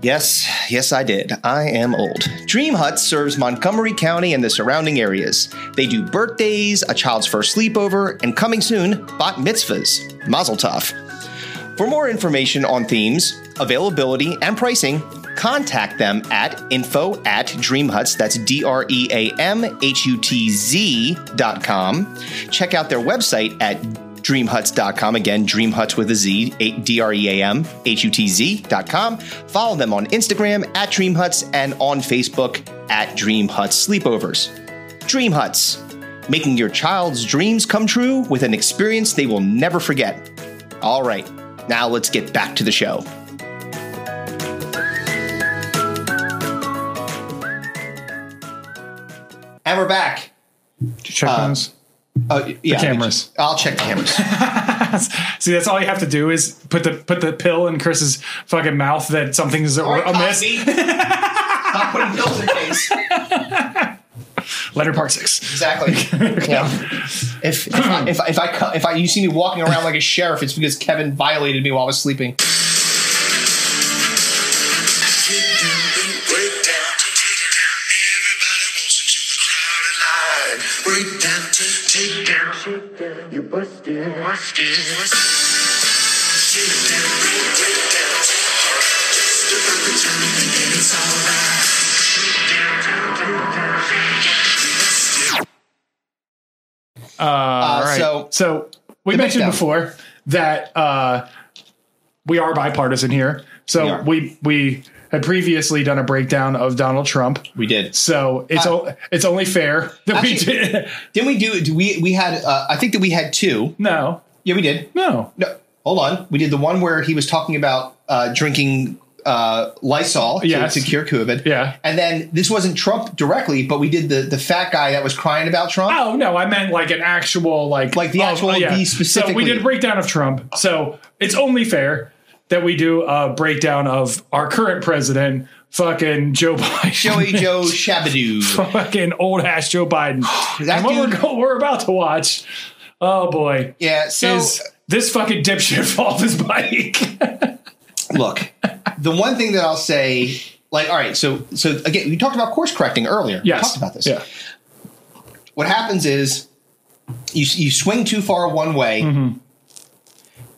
Speaker 1: Yes, yes, I did. I am old. Dream Hut serves Montgomery County and the surrounding areas. They do birthdays, a child's first sleepover, and coming soon, bat mitzvahs. Mazel tov. For more information on themes, availability, and pricing, contact them at info at dreamhuts. That's D R E A M H U T Z dot com. Check out their website at dreamhuts.com. Again, dreamhuts with a Z, A- D R E A M H U T Z dot com. Follow them on Instagram at dreamhuts and on Facebook at dreamhuts sleepovers. Dream Huts, making your child's dreams come true with an experience they will never forget. All right, now let's get back to the show. And we're back.
Speaker 2: Check
Speaker 1: Uh,
Speaker 2: those.
Speaker 1: Uh, yeah,
Speaker 2: cameras.
Speaker 1: I'll check the cameras.
Speaker 2: See, that's all you have to do is put the put the pill in Chris's fucking mouth that something's amiss.
Speaker 1: Stop putting pills in your face.
Speaker 2: Leonard Part Six.
Speaker 1: Exactly. Yeah. If if I, if, I, if, I, cu- if I you see me walking around like a sheriff, it's because Kevin violated me while I was sleeping.
Speaker 3: Break down, take down. Everybody wants into the crowd alive. Break down, take, take down. You busted, busted. Shake down, break, break down. take down. Just about the time you think it's alright. Shake down, take down. You busted.
Speaker 2: Uh, all right.
Speaker 1: Uh, so-
Speaker 2: So, we
Speaker 1: The
Speaker 2: mentioned
Speaker 1: Beatdown.
Speaker 2: before that uh, we are bipartisan here.
Speaker 1: We
Speaker 2: So
Speaker 1: are.
Speaker 2: we we had previously done a breakdown of Donald Trump.
Speaker 1: We did.
Speaker 2: So it's o- it's only fair that we
Speaker 1: Uh, Actually-
Speaker 2: did.
Speaker 1: Didn't we do? do we we had. Uh, I think that we had two.
Speaker 2: no,
Speaker 1: Yeah, we did.
Speaker 2: no.
Speaker 1: No, hold on. We did the one where he was talking about uh, drinking uh, Lysol to,
Speaker 2: Yes.
Speaker 1: to cure COVID.
Speaker 2: Yeah.
Speaker 1: and then this wasn't Trump directly, but we did the the fat guy that was crying about Trump.
Speaker 2: Oh no, I meant like an actual like
Speaker 1: Like the
Speaker 2: oh,
Speaker 1: actual- the
Speaker 2: So we
Speaker 1: specifically-
Speaker 2: did a breakdown of Trump. So it's only fair that we do a breakdown of our current president, fucking Joe Biden,
Speaker 1: Joey Joe Shabadoo.
Speaker 2: fucking old ass Joe Biden.
Speaker 1: That
Speaker 2: and what we're,
Speaker 1: dude-
Speaker 2: go- we're about to watch, oh boy,
Speaker 1: Yeah, so
Speaker 2: is this fucking dipshit fall off his bike?
Speaker 1: look, the one thing that I'll say, like, all right, so so again, we talked about course correcting earlier. We
Speaker 2: yes,
Speaker 1: talked about this.
Speaker 2: Yeah,
Speaker 1: What happens is you you swing too far one way.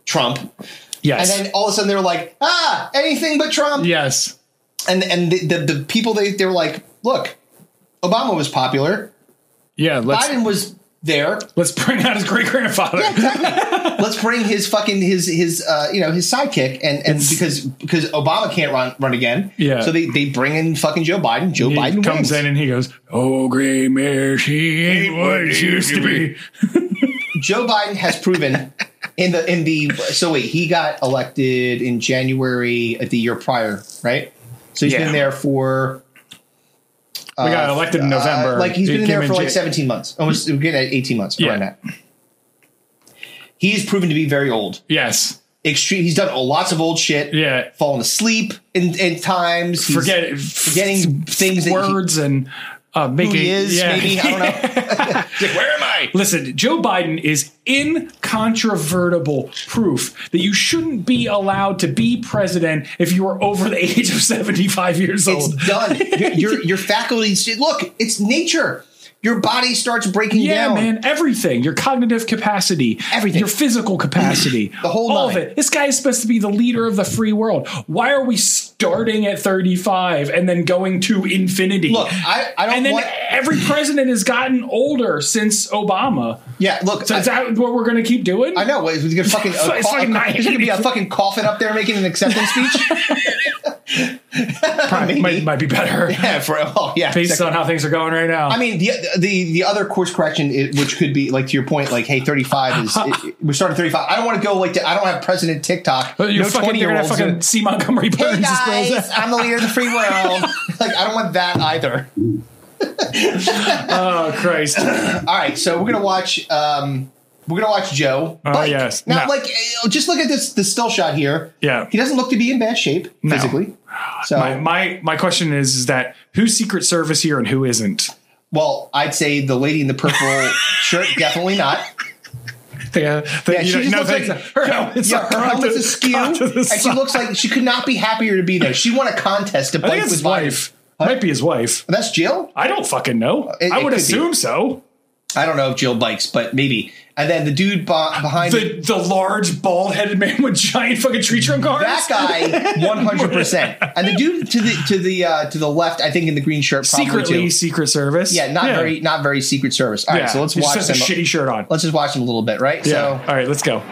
Speaker 1: Trump, and
Speaker 2: Mm-hmm. yes,
Speaker 1: then all of a sudden they're like, ah, anything but Trump.
Speaker 2: yes,
Speaker 1: and and the, the, the people they they were like, look, Obama was popular,
Speaker 2: yeah. Let's
Speaker 1: Biden was there.
Speaker 2: let's bring out his great grandfather.
Speaker 1: Let's bring his fucking his his uh, you know his sidekick and and because because Obama can't run run again.
Speaker 2: Yeah.
Speaker 1: So they they bring in fucking Joe Biden. Joe
Speaker 2: He
Speaker 1: Biden
Speaker 2: comes
Speaker 1: wins.
Speaker 2: in and he goes, "Oh, Gray Mare, she ain't what she used to be."
Speaker 1: Joe Biden has proven. In the in the so wait he got elected in January of the year prior right so he's
Speaker 2: Yeah.
Speaker 1: been there for
Speaker 2: we got elected in
Speaker 1: uh,
Speaker 2: November.
Speaker 1: like he's
Speaker 2: He
Speaker 1: been in there
Speaker 2: came
Speaker 1: for like
Speaker 2: Jan-
Speaker 1: 17 months almost we're getting at 18 months
Speaker 2: Yeah.
Speaker 1: around that he's proven to be very old
Speaker 2: Yes,
Speaker 1: extreme. He's done lots of old shit.
Speaker 2: Yeah.
Speaker 1: fallen asleep in, in times. He's
Speaker 2: forget
Speaker 1: forgetting things. That
Speaker 2: words and uh,
Speaker 1: he,
Speaker 2: making
Speaker 1: who he is
Speaker 2: yeah.
Speaker 1: maybe I don't know.
Speaker 2: Where am I? Listen, Joe Biden is incontrovertible proof that you shouldn't be allowed to be president if you are over the age of seventy-five years
Speaker 1: It's
Speaker 2: old.
Speaker 1: done. Your, your, your faculties look. It's nature. your body starts breaking
Speaker 2: Yeah,
Speaker 1: down.
Speaker 2: man, everything. Your cognitive capacity,
Speaker 1: Everything.
Speaker 2: Your physical capacity,
Speaker 1: The whole
Speaker 2: all
Speaker 1: nine.
Speaker 2: of it. This guy is supposed to be the leader of the free world. Why are we starting at 35 and then going to infinity?
Speaker 1: Look, I- I don't
Speaker 2: And then
Speaker 1: want-
Speaker 2: every president has gotten older since Obama.
Speaker 1: Yeah, look.
Speaker 2: So
Speaker 1: I,
Speaker 2: is that what we're going to keep doing?
Speaker 1: I know. He's gonna fucking.
Speaker 2: It's fucking
Speaker 1: a, he's gonna be a
Speaker 2: 90.
Speaker 1: fucking coffin up there making an acceptance speech.
Speaker 2: Probably, might, might be better
Speaker 1: yeah, for oh yeah.
Speaker 2: based
Speaker 1: exactly.
Speaker 2: on how things are going right now.
Speaker 1: I mean, the the the other course correction, is, which could be like to your point, like hey, thirty five is it, it- we started thirty five. I don't want to go like to, I don't have President TikTok.
Speaker 2: But you're
Speaker 1: No
Speaker 2: fucking, you're gonna
Speaker 1: 20-year-olds
Speaker 2: fucking
Speaker 1: who-
Speaker 2: see Montgomery
Speaker 1: Hey
Speaker 2: Burns. as well as that.
Speaker 1: guys, I'm the leader of the free world. like I don't want that either.
Speaker 2: Oh Christ!
Speaker 1: All right, so we're gonna watch. um We're gonna watch Joe.
Speaker 2: Oh,
Speaker 1: bike.
Speaker 2: yes.
Speaker 1: Now,
Speaker 2: No.
Speaker 1: like, eh, just look at this the still shot here.
Speaker 2: Yeah.
Speaker 1: he doesn't look to be in bad shape
Speaker 2: No.
Speaker 1: physically. So,
Speaker 2: my, my my question is, is that who's Secret Service here and who isn't?
Speaker 1: well, I'd say the lady in the purple shirt definitely not.
Speaker 2: Yeah,
Speaker 1: Yeah, she just looks like-
Speaker 2: her helmet's,
Speaker 1: Yeah, her helmet's askew,
Speaker 2: gone
Speaker 1: and
Speaker 2: to the
Speaker 1: she
Speaker 2: side.
Speaker 1: looks like she could not be happier to be there. She won a contest to
Speaker 2: I think
Speaker 1: bike
Speaker 2: it's
Speaker 1: with
Speaker 2: his
Speaker 1: Biden.
Speaker 2: wife. Might be his wife.
Speaker 1: That's Jill.
Speaker 2: I don't fucking know.
Speaker 1: It-
Speaker 2: I
Speaker 1: it
Speaker 2: would
Speaker 1: could be.
Speaker 2: assume so.
Speaker 1: I don't know if Jill bikes, but maybe. And then the dude b- behind it-
Speaker 2: The the large bald headed man with giant fucking tree trunk arms.
Speaker 1: that guy, one hundred percent. And the dude to the to the uh, to the left, I think in the green shirt, probably
Speaker 2: secretly
Speaker 1: too.
Speaker 2: Secret Service.
Speaker 1: Yeah, not very not very Secret Service. All right,
Speaker 2: Yeah.
Speaker 1: so let's
Speaker 2: He just
Speaker 1: watch
Speaker 2: has
Speaker 1: them.
Speaker 2: a shitty shirt on.
Speaker 1: Let's just watch them a little bit, right?
Speaker 2: yeah.
Speaker 1: So
Speaker 2: All right, let's go.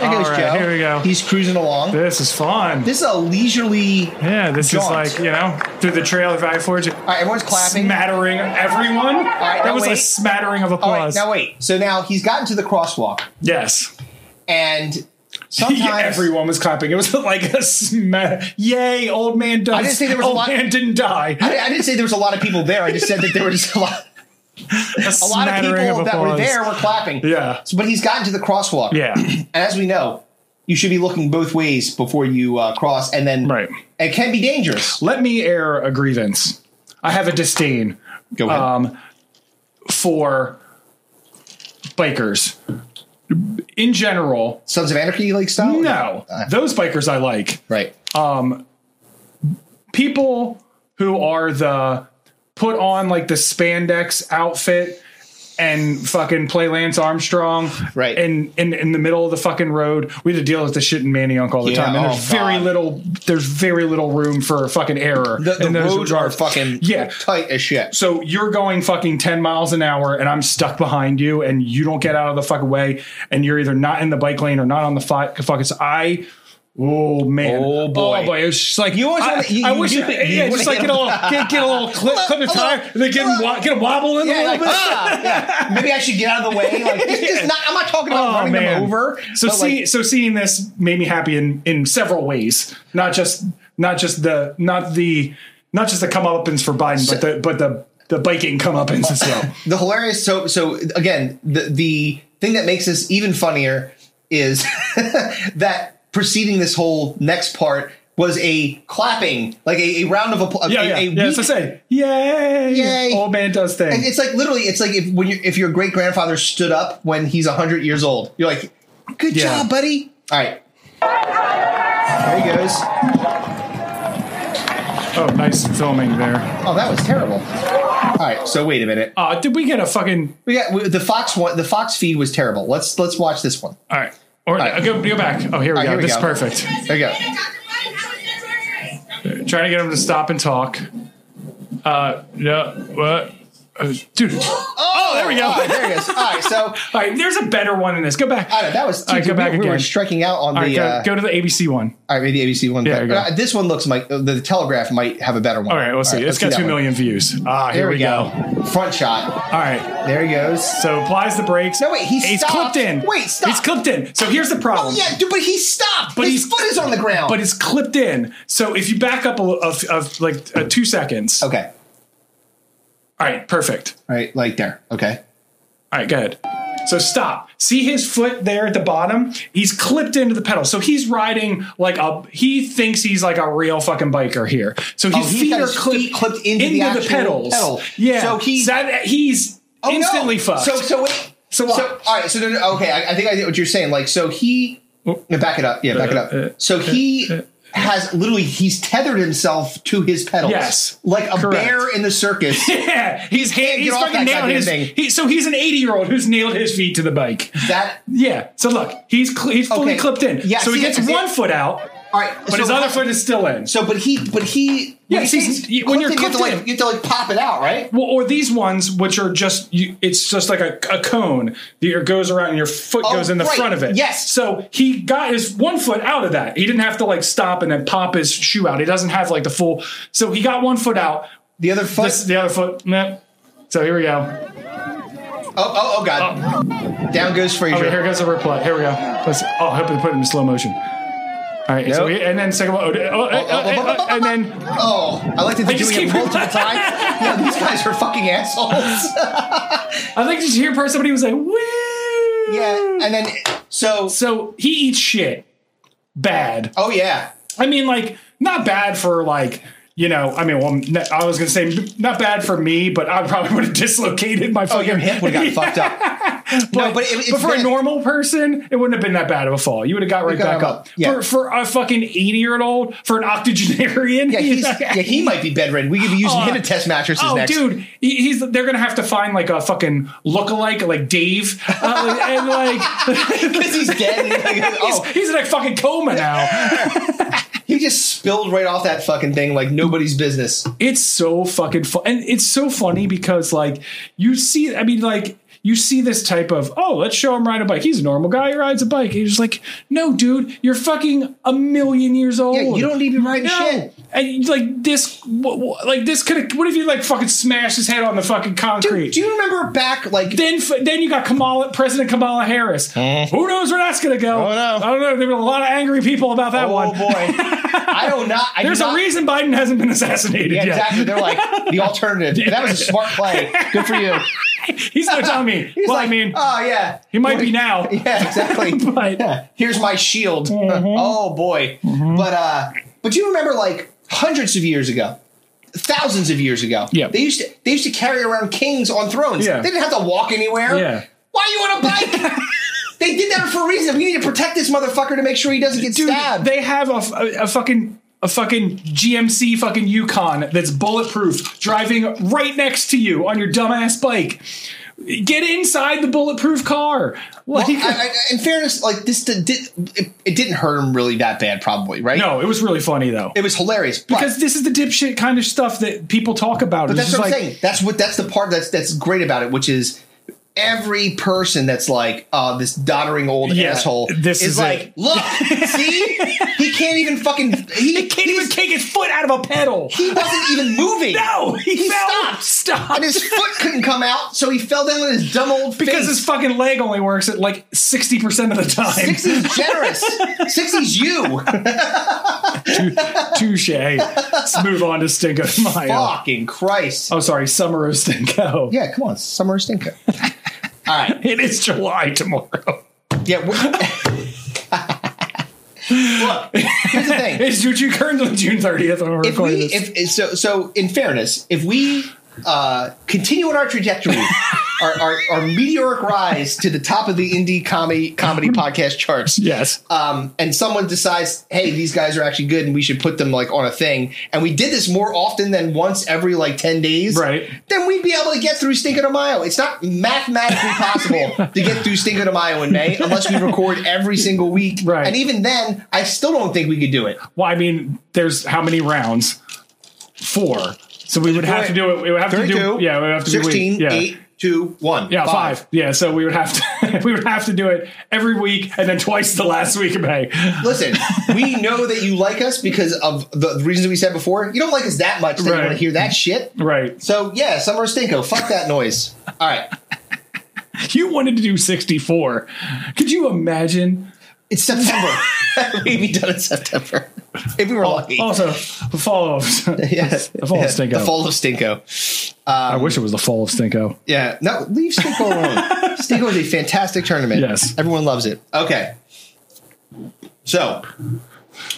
Speaker 1: there goes
Speaker 2: all right,
Speaker 1: Joe.
Speaker 2: here we go.
Speaker 1: He's cruising along.
Speaker 2: This is fun.
Speaker 1: This is a leisurely. All
Speaker 2: yeah, this
Speaker 1: jaunt.
Speaker 2: is like you know through the trail of I Forge.
Speaker 1: right, everyone's clapping.
Speaker 2: Smattering everyone.
Speaker 1: right, now
Speaker 2: that was a
Speaker 1: wait.
Speaker 2: smattering of
Speaker 1: All right,
Speaker 2: applause.
Speaker 1: now wait. So now he's gotten to the crosswalk,
Speaker 2: yes.
Speaker 1: and sometimes
Speaker 2: everyone was clapping. It was like a sma- yay, old man died.
Speaker 1: I didn't think there was a
Speaker 2: old
Speaker 1: lot-
Speaker 2: man didn't die.
Speaker 1: I, I didn't say there was a lot of people there. I just said that there were just a lot, a lot of
Speaker 2: smattering
Speaker 1: people that were
Speaker 2: applause.
Speaker 1: there were clapping.
Speaker 2: Yeah.
Speaker 1: So- but he's gotten to the crosswalk.
Speaker 2: Yeah.
Speaker 1: And as we know, you should be looking both ways before you uh, cross, and then
Speaker 2: Right.
Speaker 1: It can be dangerous.
Speaker 2: Let me air a grievance. I have a disdain
Speaker 1: Go ahead.
Speaker 2: um, for bikers in general.
Speaker 1: Sons of Anarchy like style.
Speaker 2: No, Uh, those bikers I like.
Speaker 1: Right.
Speaker 2: people who are the put on like the spandex outfit and fucking play Lance Armstrong
Speaker 1: Right.
Speaker 2: in, in in the middle of the fucking road. We had to deal with this shit in Manioc all the
Speaker 1: Yeah,
Speaker 2: time. And
Speaker 1: oh,
Speaker 2: there's very
Speaker 1: God.
Speaker 2: little there's very little room for fucking error.
Speaker 1: The, the
Speaker 2: in those
Speaker 1: roads are
Speaker 2: regards.
Speaker 1: fucking
Speaker 2: Yeah.
Speaker 1: tight as shit.
Speaker 2: So you're going fucking 10 miles an hour and I'm stuck behind you and you don't get out of the fucking way and you're either not in the bike lane or not on the fi- fucking s- I oh man.
Speaker 1: Oh, boy.
Speaker 2: Oh boy. It's just like
Speaker 1: You always
Speaker 2: I,
Speaker 1: wanna- you-
Speaker 2: I
Speaker 1: you
Speaker 2: wish
Speaker 1: do-
Speaker 2: yeah,
Speaker 1: you
Speaker 2: yeah,
Speaker 1: wanna
Speaker 2: just like
Speaker 1: hit
Speaker 2: get a
Speaker 1: him.
Speaker 2: little get, get a little clip clip of
Speaker 1: Hello,
Speaker 2: tire and then get him wa- get him wobbling
Speaker 1: Yeah,
Speaker 2: a
Speaker 1: like,
Speaker 2: little bit.
Speaker 1: ah, yeah. Maybe I should get out of the way. Like, this, this not, I'm not talking about
Speaker 2: Oh
Speaker 1: running
Speaker 2: man!
Speaker 1: them over.
Speaker 2: so
Speaker 1: but,
Speaker 2: see,
Speaker 1: like,
Speaker 2: so seeing this made me happy in in several ways. Not just not just the not the not just the comeuppance for Biden, but the but the the biking comeuppance as well.
Speaker 1: the hilarious. So so again, the the thing that makes this even funnier is that preceding this whole next part was a clapping, like a, a round of applause.
Speaker 2: yeah,
Speaker 1: a,
Speaker 2: yeah,
Speaker 1: a
Speaker 2: yeah.
Speaker 1: weak-
Speaker 2: So say, yay,
Speaker 1: Yay.
Speaker 2: old man does
Speaker 1: And
Speaker 2: thing.
Speaker 1: it's like literally, it's like if when you if your great grandfather stood up when he's hundred years old, you're like, "Good
Speaker 2: Yeah.
Speaker 1: job, buddy." All right, there he goes.
Speaker 2: Oh, nice filming there.
Speaker 1: Oh, that was terrible. All right, so wait a minute.
Speaker 2: Uh, did we get a fucking?
Speaker 1: We got we, the Fox one. The Fox feed was terrible. Let's let's watch this one.
Speaker 2: All right, or
Speaker 1: right.
Speaker 2: uh, go, go back. Oh, here we
Speaker 1: All right,
Speaker 2: go.
Speaker 1: here we
Speaker 2: this
Speaker 1: go.
Speaker 2: is perfect.
Speaker 1: There you go.
Speaker 2: Trying to get him to stop and talk. Uh, no, what, Uh, dude. Oh, there we go.
Speaker 1: All right, there he goes. All right, so
Speaker 2: All right, there's a better one in this. Go back.
Speaker 1: I don't know, that was
Speaker 2: All right, go
Speaker 1: we,
Speaker 2: back
Speaker 1: we were
Speaker 2: again.
Speaker 1: striking out on
Speaker 2: All right,
Speaker 1: the.
Speaker 2: go,
Speaker 1: uh,
Speaker 2: go to the ABC one.
Speaker 1: all right, maybe ABC one.
Speaker 2: Yeah,
Speaker 1: but,
Speaker 2: go.
Speaker 1: uh, this one looks like uh, the Telegraph might have a better one.
Speaker 2: All right, let's see.
Speaker 1: let's
Speaker 2: it's got
Speaker 1: that
Speaker 2: two
Speaker 1: one.
Speaker 2: million views. Ah, here
Speaker 1: There
Speaker 2: we, go.
Speaker 1: Front shot.
Speaker 2: All right,
Speaker 1: There he goes.
Speaker 2: so applies the brakes.
Speaker 1: No, wait, he
Speaker 2: he's
Speaker 1: stopped.
Speaker 2: clipped in.
Speaker 1: Wait, stop.
Speaker 2: He's clipped in. So here's the problem.
Speaker 1: Oh yeah, dude, but he stopped.
Speaker 2: But
Speaker 1: His
Speaker 2: he's-
Speaker 1: foot is on the ground.
Speaker 2: But it's clipped in. So if you back up a, li- of, of like uh, two seconds.
Speaker 1: okay.
Speaker 2: All right, perfect.
Speaker 1: All right, like there. Okay.
Speaker 2: All right, go ahead. So stop. See his foot there at the bottom? He's clipped into the pedal. So he's riding like a he thinks he's like a real fucking biker here. So his
Speaker 1: he's
Speaker 2: feet
Speaker 1: Oh, got
Speaker 2: are
Speaker 1: his
Speaker 2: clipped,
Speaker 1: feet clipped into the actual
Speaker 2: pedals.
Speaker 1: pedal.
Speaker 2: Yeah.
Speaker 1: So
Speaker 2: So
Speaker 1: he-
Speaker 2: he's that, he's instantly
Speaker 1: Oh, no.
Speaker 2: fucked.
Speaker 1: So so wait.
Speaker 2: So what?
Speaker 1: all right. So no, no, okay. I, I think I get what you're saying. Like so he.
Speaker 2: Oh.
Speaker 1: No, back it up. Yeah, back it
Speaker 2: Uh, uh,
Speaker 1: up. So he has literally he's tethered himself to his pedals.
Speaker 2: Yes.
Speaker 1: like a
Speaker 2: Correct.
Speaker 1: bear in the circus.
Speaker 2: Yeah, he's hand,
Speaker 1: get
Speaker 2: he's
Speaker 1: off
Speaker 2: fucking
Speaker 1: that
Speaker 2: nailed
Speaker 1: goddamn
Speaker 2: his.
Speaker 1: thing.
Speaker 2: He, so he's an eighty year old who's nailed his feet to the bike.
Speaker 1: that
Speaker 2: Yeah. So look, he's cl- he's fully
Speaker 1: Okay.
Speaker 2: clipped in.
Speaker 1: Yeah,
Speaker 2: So he
Speaker 1: see,
Speaker 2: gets
Speaker 1: that's it.
Speaker 2: one foot out,
Speaker 1: all right.
Speaker 2: but his other foot is still in.
Speaker 1: So, but he, but he.
Speaker 2: Yeah,
Speaker 1: when,
Speaker 2: see,
Speaker 1: he's
Speaker 2: you- when you're
Speaker 1: you have, to
Speaker 2: clipped
Speaker 1: like,
Speaker 2: in-
Speaker 1: you have to like pop it out, right?
Speaker 2: Well, or these ones, which are just you, it's just like a, a cone that your- goes around and your foot
Speaker 1: Oh,
Speaker 2: goes in the
Speaker 1: right.
Speaker 2: front of it.
Speaker 1: Yes.
Speaker 2: So he got his one foot out of that. He didn't have to like stop and then pop his shoe out. He doesn't have like the full. So he got one foot out.
Speaker 1: The other foot.
Speaker 2: This, the other foot. Nah. So here we go.
Speaker 1: oh, oh, oh, god! Down goes Frazier.
Speaker 2: Okay, Oh, here goes the reply. Here we go. Let's. Oh, help you put it in slow motion. All right. So
Speaker 1: Nope.
Speaker 2: we, and then second one. Oh, oh, oh, oh, oh, oh, and then
Speaker 1: Oh, I like that they're
Speaker 2: just
Speaker 1: doing it
Speaker 2: keep-
Speaker 1: multiple times. Yeah, these guys are fucking assholes.
Speaker 2: I think just hear part somebody was like, woo.
Speaker 1: yeah, and then so.
Speaker 2: So he eats shit. Bad.
Speaker 1: Oh yeah.
Speaker 2: I mean, like, not bad for like, you know, I mean, well, n- I was gonna say not bad for me, but I probably would have dislocated my
Speaker 1: Oh,
Speaker 2: fucking
Speaker 1: your hip would have
Speaker 2: Yeah,
Speaker 1: gotten fucked up. no, but, it, it's
Speaker 2: but for
Speaker 1: been-
Speaker 2: a normal person, it wouldn't have been that bad of a fall. You would have got right
Speaker 1: got
Speaker 2: back
Speaker 1: him
Speaker 2: up.
Speaker 1: up, yeah.
Speaker 2: For, for a fucking eighty-year-old, for an octogenarian,
Speaker 1: Yeah, he's, yeah, he might be bedridden. We could be using
Speaker 2: Oh,
Speaker 1: him to test mattresses
Speaker 2: Oh,
Speaker 1: next.
Speaker 2: dude, he- he's they're gonna have to find like a fucking look-alike, like Dave, uh, and like
Speaker 1: because he's dead. And he's like, oh,
Speaker 2: he's like fucking coma now.
Speaker 1: he just spilled right off that fucking thing like nobody's business.
Speaker 2: it's so fucking fun and it's so funny because like you see i mean like you see this type of oh let's show him ride a bike he's a normal guy he rides a bike he's just like no dude you're fucking a million years old
Speaker 1: Yeah, you don't need to be riding
Speaker 2: no.
Speaker 1: shit.
Speaker 2: and like this wh- wh- like this could have what if you like fucking smashed his head on the fucking concrete
Speaker 1: Dude, do you remember back like
Speaker 2: then, f- then you got Kamala, President Kamala Harris.
Speaker 1: Eh.
Speaker 2: Who knows where that's going to go?
Speaker 1: Oh, no.
Speaker 2: I don't know. There were a lot of angry people about that
Speaker 1: Oh
Speaker 2: one.
Speaker 1: boy, I don't not. I do
Speaker 2: There's a
Speaker 1: not-
Speaker 2: reason Biden hasn't been assassinated
Speaker 1: Yeah,
Speaker 2: yet.
Speaker 1: exactly. They're like the alternative. That was a smart play. Good for you.
Speaker 2: He's no Tommy.
Speaker 1: He's
Speaker 2: well,
Speaker 1: like,
Speaker 2: I mean,
Speaker 1: oh yeah,
Speaker 2: he might be now.
Speaker 1: Yeah, exactly.
Speaker 2: But- Mm-hmm.
Speaker 1: Yeah. Here's my shield. Oh boy. But uh but do you remember like hundreds of years ago? Thousands of years ago.
Speaker 2: Yeah.
Speaker 1: They used to they used to carry around kings on thrones.
Speaker 2: Yeah.
Speaker 1: They didn't have to walk anywhere.
Speaker 2: Yeah.
Speaker 1: Why are you on a bike? they did that for a reason. We need to protect this motherfucker to make sure he doesn't get
Speaker 2: Dude,
Speaker 1: stabbed.
Speaker 2: they have a, f- a- a fucking a fucking GMC fucking Yukon that's bulletproof driving right next to you on your dumbass bike. Get inside the bulletproof car.
Speaker 1: Well,
Speaker 2: Like,
Speaker 1: I- I- in fairness, like this did, did- it, it didn't hurt him really that bad, probably, right?
Speaker 2: no, it was really funny though.
Speaker 1: It was hilarious. But,
Speaker 2: because this is the dipshit kind of stuff that people talk about.
Speaker 1: But that's what
Speaker 2: like,
Speaker 1: I'm saying. That's what that's the part that's that's great about it, which is every person that's like uh, this doddering old
Speaker 2: Yeah,
Speaker 1: asshole
Speaker 2: this is
Speaker 1: like,
Speaker 2: it.
Speaker 1: look, see, he can't even fucking he,
Speaker 2: He can't even
Speaker 1: he's-
Speaker 2: kick his foot out of a pedal.
Speaker 1: he wasn't even moving.
Speaker 2: no, he,
Speaker 1: He
Speaker 2: fell.
Speaker 1: stopped.
Speaker 2: Stop.
Speaker 1: and his foot couldn't come out, so he fell down on his dumb old
Speaker 2: because
Speaker 1: face.
Speaker 2: his fucking leg only works at like 60% of the time.
Speaker 1: Sixties generous. Sixties you.
Speaker 2: Touche. Let's move on to Stinko Mayo.
Speaker 1: Fucking Christ.
Speaker 2: Oh, sorry, summer of Stinko.
Speaker 1: Yeah, come on, Summer Stinker. All right.
Speaker 2: It is July tomorrow.
Speaker 1: Yeah. we- Look, here's the thing.
Speaker 2: It's Juju Kern's on June 30th when we're
Speaker 1: if
Speaker 2: recording
Speaker 1: we,
Speaker 2: this.
Speaker 1: if so, so in fairness, if we uh, continue on our trajectory, our, our, our meteoric rise to the top of the indie comedy comedy podcast charts,
Speaker 2: yes.
Speaker 1: um, and someone decides, hey, these guys are actually good, and we should put them like on a thing, and we did this more often than once every like ten days,
Speaker 2: Right.
Speaker 1: Then we'd be able to get through Stinko de Mayo. It's not mathematically possible to get through Stinko de Mayo in May unless we record every single week,
Speaker 2: Right.
Speaker 1: And even then, I still don't think we could do it.
Speaker 2: well, I mean, there's how many rounds? Four. So we would have to do it. We would have to do.
Speaker 1: 32,
Speaker 2: Yeah, we would have to do
Speaker 1: 16,
Speaker 2: week- yeah.
Speaker 1: 8, 2, 1.
Speaker 2: Yeah, five. Yeah, so we would have to we would have to do it every week and then twice the last week of May.
Speaker 1: Listen, we know that you like us because of the the reasons we said before. You don't like us that much that
Speaker 2: Right.
Speaker 1: you want to hear that shit.
Speaker 2: Right.
Speaker 1: So, yeah, Summer of Stinko, fuck that noise. All right.
Speaker 2: You wanted to do 64. Could you imagine?
Speaker 1: It's September. We'd be done in September. If we were lucky.
Speaker 2: Also, the follow ups.
Speaker 1: Yeah.
Speaker 2: The fall of Stinko.
Speaker 1: The fall of Stinko.
Speaker 2: I wish it was the fall of Stinko.
Speaker 1: Yeah. No, leave Stinko alone. Stinko is a fantastic tournament.
Speaker 2: Yes.
Speaker 1: Everyone loves it. Okay. So,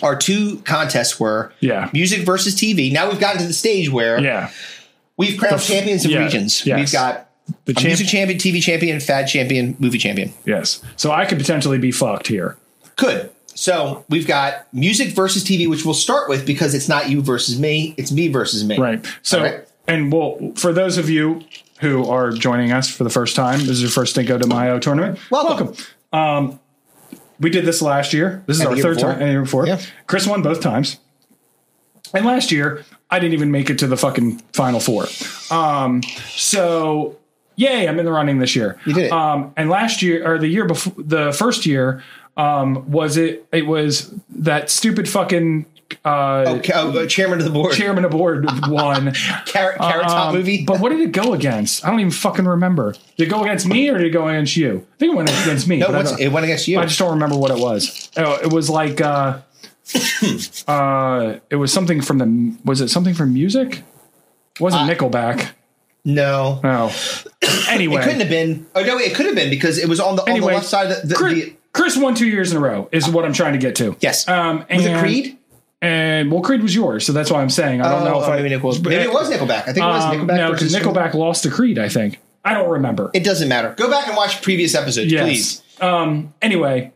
Speaker 1: our two contests were
Speaker 2: Yeah.
Speaker 1: music versus TV. Now we've gotten to the stage where
Speaker 2: Yeah.
Speaker 1: We've crowned
Speaker 2: f-
Speaker 1: champions of
Speaker 2: yeah,
Speaker 1: regions.
Speaker 2: yes.
Speaker 1: We've got
Speaker 2: The
Speaker 1: a
Speaker 2: champ-
Speaker 1: music champion, TV champion, fad champion, movie champion.
Speaker 2: Yes. So I could potentially be fucked here.
Speaker 1: Could. So we've got music versus TV, which we'll start with because it's not you versus me, it's me versus me.
Speaker 2: Right. So,
Speaker 1: All right.
Speaker 2: and well, for those of you who are joining us for the first time, this is your first Cinco de Mayo tournament. Um,
Speaker 1: Welcome.
Speaker 2: We did this last year. This is
Speaker 1: And
Speaker 2: our
Speaker 1: the year
Speaker 2: third
Speaker 1: before.
Speaker 2: time. And the year before.
Speaker 1: Yeah.
Speaker 2: Chris won both times. And last year, I didn't even make it to the fucking final four. Um, so, yay, I'm in the running this year.
Speaker 1: You did it.
Speaker 2: Um, and last year, or the year before, the first year, um, was it? It was that stupid fucking uh,
Speaker 1: Okay, oh, uh, chairman of the board.
Speaker 2: chairman aboard one.
Speaker 1: Carrot, Carrot Top
Speaker 2: Um,
Speaker 1: movie.
Speaker 2: But what did it go against? I don't even fucking remember. Did it go against me or did it go against you? I think it went against me.
Speaker 1: no,
Speaker 2: but I
Speaker 1: what's,
Speaker 2: don't-
Speaker 1: it went against you.
Speaker 2: I just don't remember what it was. Oh, it was like uh, uh, it was something from the was it something from music? It wasn't Nickelback?
Speaker 1: no.
Speaker 2: No. Anyway,
Speaker 1: Uh, It couldn't have been. Oh no, it could have been because it was on the on
Speaker 2: anyway,
Speaker 1: the left side. Of the, the,
Speaker 2: Chris,
Speaker 1: the-
Speaker 2: Chris won two years in a row is what I'm trying to get to.
Speaker 1: yes.
Speaker 2: Um, and,
Speaker 1: was it Creed?
Speaker 2: And well, Creed was yours, so that's why I'm saying I don't know
Speaker 1: Oh,
Speaker 2: if
Speaker 1: oh,
Speaker 2: I
Speaker 1: maybe Nickelback. Maybe it was Nickelback. I think it was
Speaker 2: Um,
Speaker 1: Nickelback.
Speaker 2: no, because
Speaker 1: versus-
Speaker 2: Nickelback lost to Creed. I think I don't remember.
Speaker 1: It doesn't matter. Go back and watch previous episodes,
Speaker 2: Yes.
Speaker 1: please.
Speaker 2: Um, anyway,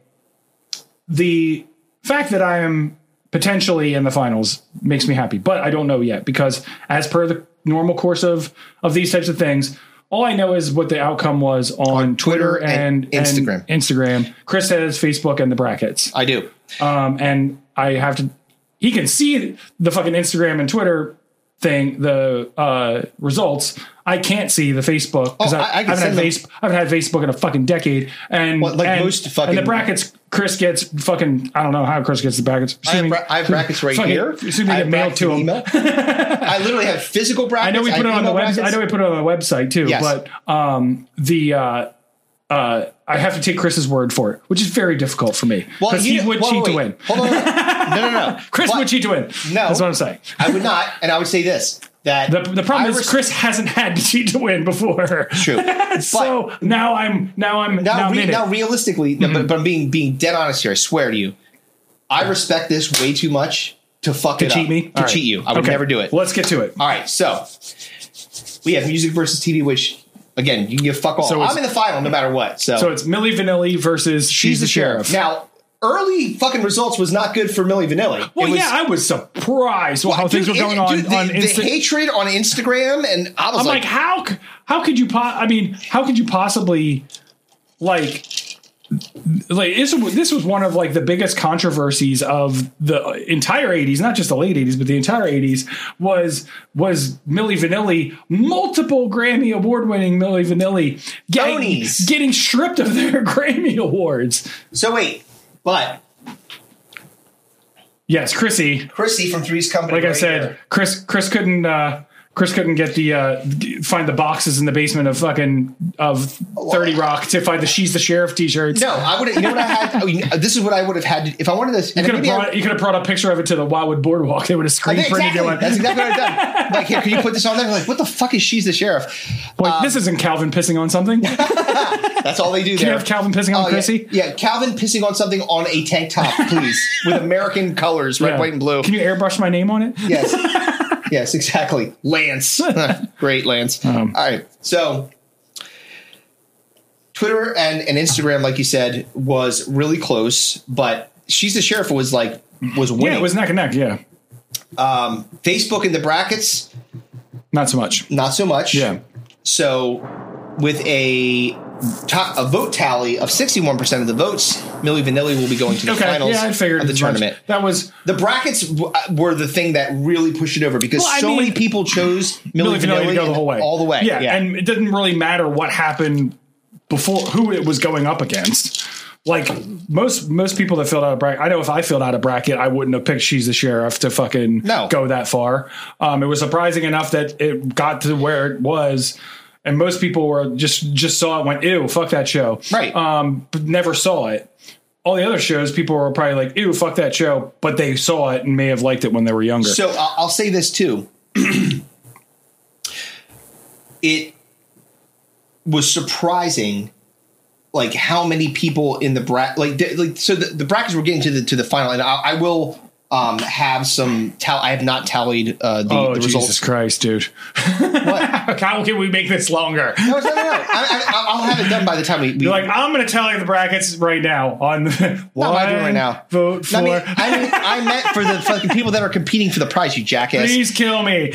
Speaker 2: the fact that I am potentially in the finals makes me happy, but I don't know yet because, as per the normal course of of these types of things, all I know is what the outcome was on, Twitter,
Speaker 1: Twitter
Speaker 2: and,
Speaker 1: and Instagram.
Speaker 2: and Instagram. Chris has Facebook and the brackets,
Speaker 1: I do.
Speaker 2: um, and I have to. He can see the fucking Instagram and Twitter thing, the uh, results. I can't see the Facebook because
Speaker 1: Oh, I-
Speaker 2: I,
Speaker 1: I
Speaker 2: I
Speaker 1: can
Speaker 2: haven't had
Speaker 1: send them-
Speaker 2: Facebook. I haven't had Facebook in a fucking decade, and
Speaker 1: Well, like
Speaker 2: and-
Speaker 1: most fucking-
Speaker 2: and the brackets. Chris gets fucking. I don't know how Chris gets the brackets.
Speaker 1: I have,
Speaker 2: Assuming-
Speaker 1: bra- I have brackets right
Speaker 2: fucking-
Speaker 1: here.
Speaker 2: Assuming
Speaker 1: I
Speaker 2: they
Speaker 1: have
Speaker 2: get mailed
Speaker 1: brackets
Speaker 2: to
Speaker 1: in
Speaker 2: him.
Speaker 1: email. I literally have physical brackets.
Speaker 2: I know we put it
Speaker 1: have
Speaker 2: on the
Speaker 1: email
Speaker 2: website. I
Speaker 1: brackets.
Speaker 2: know we put it on the website too.
Speaker 1: Yes.
Speaker 2: But um, the uh, uh, I have to take Chris's word for it, which is very difficult for me
Speaker 1: Well,
Speaker 2: because
Speaker 1: you-
Speaker 2: he would
Speaker 1: whoa,
Speaker 2: cheat
Speaker 1: wait.
Speaker 2: to win.
Speaker 1: Hold on. No, no, no.
Speaker 2: Chris
Speaker 1: But
Speaker 2: would cheat to win.
Speaker 1: No.
Speaker 2: that's what I'm saying.
Speaker 1: I would not, and I would say this that
Speaker 2: The, the problem
Speaker 1: I
Speaker 2: is
Speaker 1: res-
Speaker 2: Chris hasn't had to cheat to win before.
Speaker 1: True.
Speaker 2: so now I'm now I'm now, Mm-hmm.
Speaker 1: now,
Speaker 2: I'm
Speaker 1: re-
Speaker 2: in it.
Speaker 1: now realistically, no, but, but I'm being being dead honest here. I swear to you, I respect this way too much to fuck
Speaker 2: to
Speaker 1: it
Speaker 2: cheat
Speaker 1: up,
Speaker 2: me
Speaker 1: to
Speaker 2: All right.
Speaker 1: cheat you. I would
Speaker 2: Okay.
Speaker 1: never do it. Uh,
Speaker 2: Let's get to it.
Speaker 1: All right, so we have music versus TV, which again you can give fuck all.
Speaker 2: So it's-
Speaker 1: I'm in the final no matter what. So,
Speaker 2: So it's Millie Vanilli versus She's, the, Sheriff.
Speaker 1: Now, early fucking results was not good for Millie Vanilli.
Speaker 2: well,
Speaker 1: It was-
Speaker 2: yeah, I was surprised how
Speaker 1: Dude,
Speaker 2: things were
Speaker 1: it-
Speaker 2: going on
Speaker 1: dude, the,
Speaker 2: on
Speaker 1: the
Speaker 2: Insta-
Speaker 1: hatred on Instagram, and I was
Speaker 2: I'm like,
Speaker 1: like,
Speaker 2: how c- how could you? Po- I mean, how could you possibly like like this? was- This was one of like the biggest controversies of the entire '80s, not just the late '80s, but the entire '80s was was Millie Vanilli, multiple Grammy award winning Millie Vanilli, getting,
Speaker 1: Tonys.
Speaker 2: getting stripped of their Grammy awards.
Speaker 1: so wait, but
Speaker 2: Yes, Chrissy,
Speaker 1: Chrissy from Three's Company,
Speaker 2: like I
Speaker 1: right
Speaker 2: said,
Speaker 1: here.
Speaker 2: Chris Chris couldn't uh, Chris couldn't get the uh, g- find the boxes in the basement of fucking of Thirty Rock to find the she's the sheriff T-shirts.
Speaker 1: No, I would. You know what I had? I mean, this is what I would have had to, if I wanted this.
Speaker 2: you could have brought you could have brought a picture of it to the Wildwood Boardwalk. They would have screen printed
Speaker 1: exactly.
Speaker 2: it. on-
Speaker 1: That's exactly what I've done. Like, here, can you put this on there? Like, what the fuck is she's the sheriff?
Speaker 2: Like this isn't
Speaker 1: uh,
Speaker 2: Calvin pissing on something. Can
Speaker 1: That's all they do
Speaker 2: you
Speaker 1: there.
Speaker 2: have Calvin pissing on
Speaker 1: Oh, yeah.
Speaker 2: Chrissy?
Speaker 1: Yeah. Calvin pissing on something on a tank top, please, with American colors, red,
Speaker 2: Yeah.
Speaker 1: white, and blue.
Speaker 2: Can you airbrush my name on it?
Speaker 1: yes, yes, exactly. Lance, great Lance.
Speaker 2: Um.
Speaker 1: All right, so Twitter and, and Instagram, like you said, was really close, but she's the sheriff was like was winning.
Speaker 2: Yeah, it was neck and neck. Yeah,
Speaker 1: Facebook in the brackets,
Speaker 2: not so much.
Speaker 1: not so much.
Speaker 2: Yeah,
Speaker 1: So, with a to a vote tally of 61% of the votes, Millie Vanilli will be going to the
Speaker 2: okay.
Speaker 1: finals
Speaker 2: Yeah, I figured
Speaker 1: of the
Speaker 2: as much.
Speaker 1: tournament.
Speaker 2: That was
Speaker 1: The brackets w- uh, were the thing that really pushed it over because
Speaker 2: Well, I
Speaker 1: so
Speaker 2: mean-
Speaker 1: many people chose Millie,
Speaker 2: Millie Vanilli to go the whole way,
Speaker 1: all the way.
Speaker 2: Yeah, and it didn't really matter what happened before, who it was going up against. Like most most people that filled out a bracket, I know if I filled out a bracket, I wouldn't have picked she's the sheriff to fucking
Speaker 1: No.
Speaker 2: go that far. Um, it was surprising enough that it got to where it was. And most people were just just saw it, went ew, fuck that show,
Speaker 1: Right.
Speaker 2: Um, but never saw it. All the other shows, people were probably like, ew, fuck that show, but they saw it and may have liked it when they were younger.
Speaker 1: so I'll, I'll say this too. it was surprising, like how many people in the bracket, like, th- like so the, the brackets were getting to the to the final, and I, I will um, have some. Tall- I have not tallied uh, the,
Speaker 2: Oh
Speaker 1: the results.
Speaker 2: Jesus Christ, dude! How can we make this longer?
Speaker 1: No, no, no, no. I, I, I'll have it done by the time we. we
Speaker 2: You're like, I'm going to tell you the brackets right now on the
Speaker 1: Not my
Speaker 2: one
Speaker 1: doing right now.
Speaker 2: vote for.
Speaker 1: I mean, I, mean, I meant for the fucking people that are competing for the prize, you jackass.
Speaker 2: Please kill me.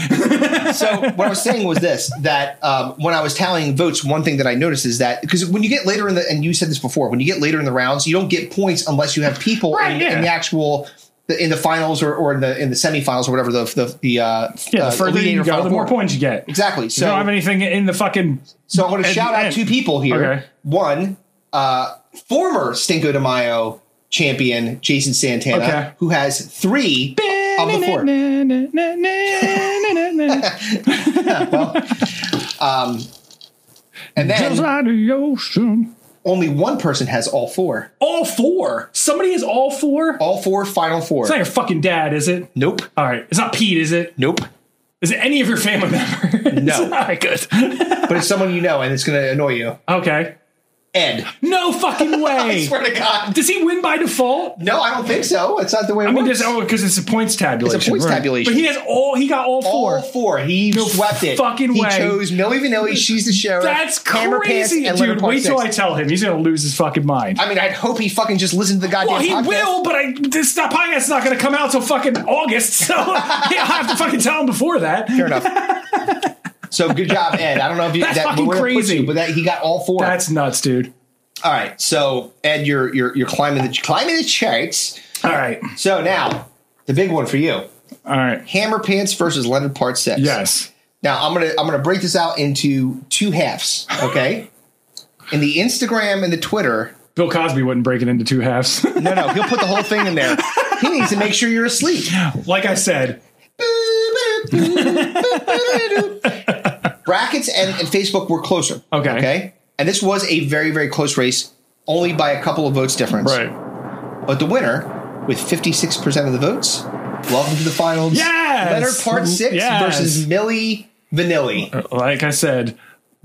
Speaker 1: So what I was saying was this: that um, when I was tallying votes, one thing that I noticed is that because when you get later in the and you said this before, when you get later in the rounds, you don't get points unless you have people
Speaker 2: Right,
Speaker 1: in,
Speaker 2: yeah.
Speaker 1: in the actual the, in the finals or, or in the in the semifinals or whatever the the, the uh,
Speaker 2: Yeah,
Speaker 1: uh,
Speaker 2: the further
Speaker 1: Elite Eight
Speaker 2: you
Speaker 1: or
Speaker 2: go,
Speaker 1: Final
Speaker 2: the more
Speaker 1: Four.
Speaker 2: points you get.
Speaker 1: Exactly.
Speaker 2: You don't have
Speaker 1: So
Speaker 2: anything in the fucking.
Speaker 1: so I'm going to
Speaker 2: at
Speaker 1: shout
Speaker 2: the
Speaker 1: out
Speaker 2: end.
Speaker 1: two people here.
Speaker 2: Okay.
Speaker 1: One, uh, former Stinko de Mayo champion Jason Santana,
Speaker 2: Okay.
Speaker 1: who has three of the four.
Speaker 2: Just
Speaker 1: And then
Speaker 2: out of the ocean.
Speaker 1: only one person has all four.
Speaker 2: All four. Somebody is all four. It's
Speaker 1: All four final four.
Speaker 2: not your fucking dad, is it?
Speaker 1: Nope.
Speaker 2: All right. It's not Pete, is it?
Speaker 1: Nope.
Speaker 2: Is it any of your family members?
Speaker 1: No.
Speaker 2: All right, good.
Speaker 1: But it's someone you know and it's going to annoy you.
Speaker 2: Okay.
Speaker 1: Ed.
Speaker 2: No fucking
Speaker 1: I
Speaker 2: way.
Speaker 1: swear to God.
Speaker 2: Does he win by default?
Speaker 1: No, I don't think so. It's not the way it
Speaker 2: I mean,
Speaker 1: works.
Speaker 2: just oh, because it's a points tabulation.
Speaker 1: points tabulation.
Speaker 2: But he has all. He got all four.
Speaker 1: all four. He swept it.
Speaker 2: fucking
Speaker 1: he
Speaker 2: way.
Speaker 1: chose Millie Vanilli, She's the Sheriff.
Speaker 2: That's
Speaker 1: Hammer Pants,
Speaker 2: crazy,
Speaker 1: and
Speaker 2: dude.
Speaker 1: Leonard
Speaker 2: Wait till I
Speaker 1: Park Six.
Speaker 2: tell him. He's gonna lose his fucking mind.
Speaker 1: I mean, I'd hope he fucking just listened to the goddamn
Speaker 2: well, he
Speaker 1: podcast.
Speaker 2: will, but I this that podcast's not gonna come out till fucking August, so yeah, I'll have to fucking tell him before that.
Speaker 1: Fair enough. so good job, Ed. I don't know if you,
Speaker 2: That's
Speaker 1: that,
Speaker 2: fucking
Speaker 1: where that puts
Speaker 2: crazy.
Speaker 1: you, but that he got all four.
Speaker 2: That's nuts, dude.
Speaker 1: all right. So Ed, you're you're you're climbing the climbing the charts.
Speaker 2: All right,
Speaker 1: So now the big one for you:
Speaker 2: all right.
Speaker 1: Hammer Pants versus Leonard Part Six.
Speaker 2: Yes.
Speaker 1: Now I'm gonna I'm gonna break this out into two halves. Okay. In the Instagram and the Twitter.
Speaker 2: Bill Cosby wouldn't break it into two halves.
Speaker 1: No, no, he'll put the whole thing in there. He needs to make sure you're asleep.
Speaker 2: like I said,
Speaker 1: Brackets and, and Facebook were closer.
Speaker 2: Okay.
Speaker 1: Okay. And this was a very, very close race, only by a couple of votes difference. But the winner, with 56% of the votes, welcome to the finals.
Speaker 2: Yes!
Speaker 1: Leonard Part 6
Speaker 2: Yes.
Speaker 1: versus Millie Vanilli.
Speaker 2: Like I said,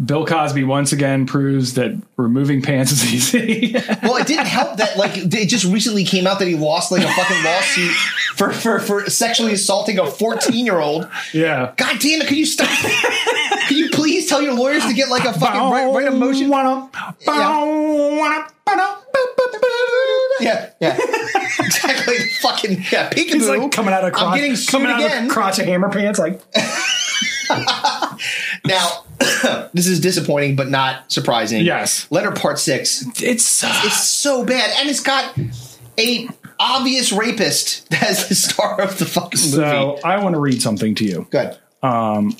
Speaker 2: Bill Cosby once again proves that removing pants is easy.
Speaker 1: Well, it didn't help that like it just recently came out that he lost like a fucking lawsuit for for, for sexually assaulting a 14 year old.
Speaker 2: yeah.
Speaker 1: God damn it! Can you stop? can you please tell your lawyers to get like a fucking right, right emotion? Yeah, yeah, exactly. Fucking yeah, peekaboo.
Speaker 2: He's like coming out of crotch,
Speaker 1: I'm getting sued
Speaker 2: coming out
Speaker 1: again.
Speaker 2: of crotch of hammer pants. Like
Speaker 1: now, this is disappointing, but not surprising.
Speaker 2: Yes.
Speaker 1: letter part six.
Speaker 2: it's
Speaker 1: It's so bad, and it's got a obvious rapist as the star of the fucking
Speaker 2: so.
Speaker 1: movie.
Speaker 2: I want to read something to you.
Speaker 1: Good. Um,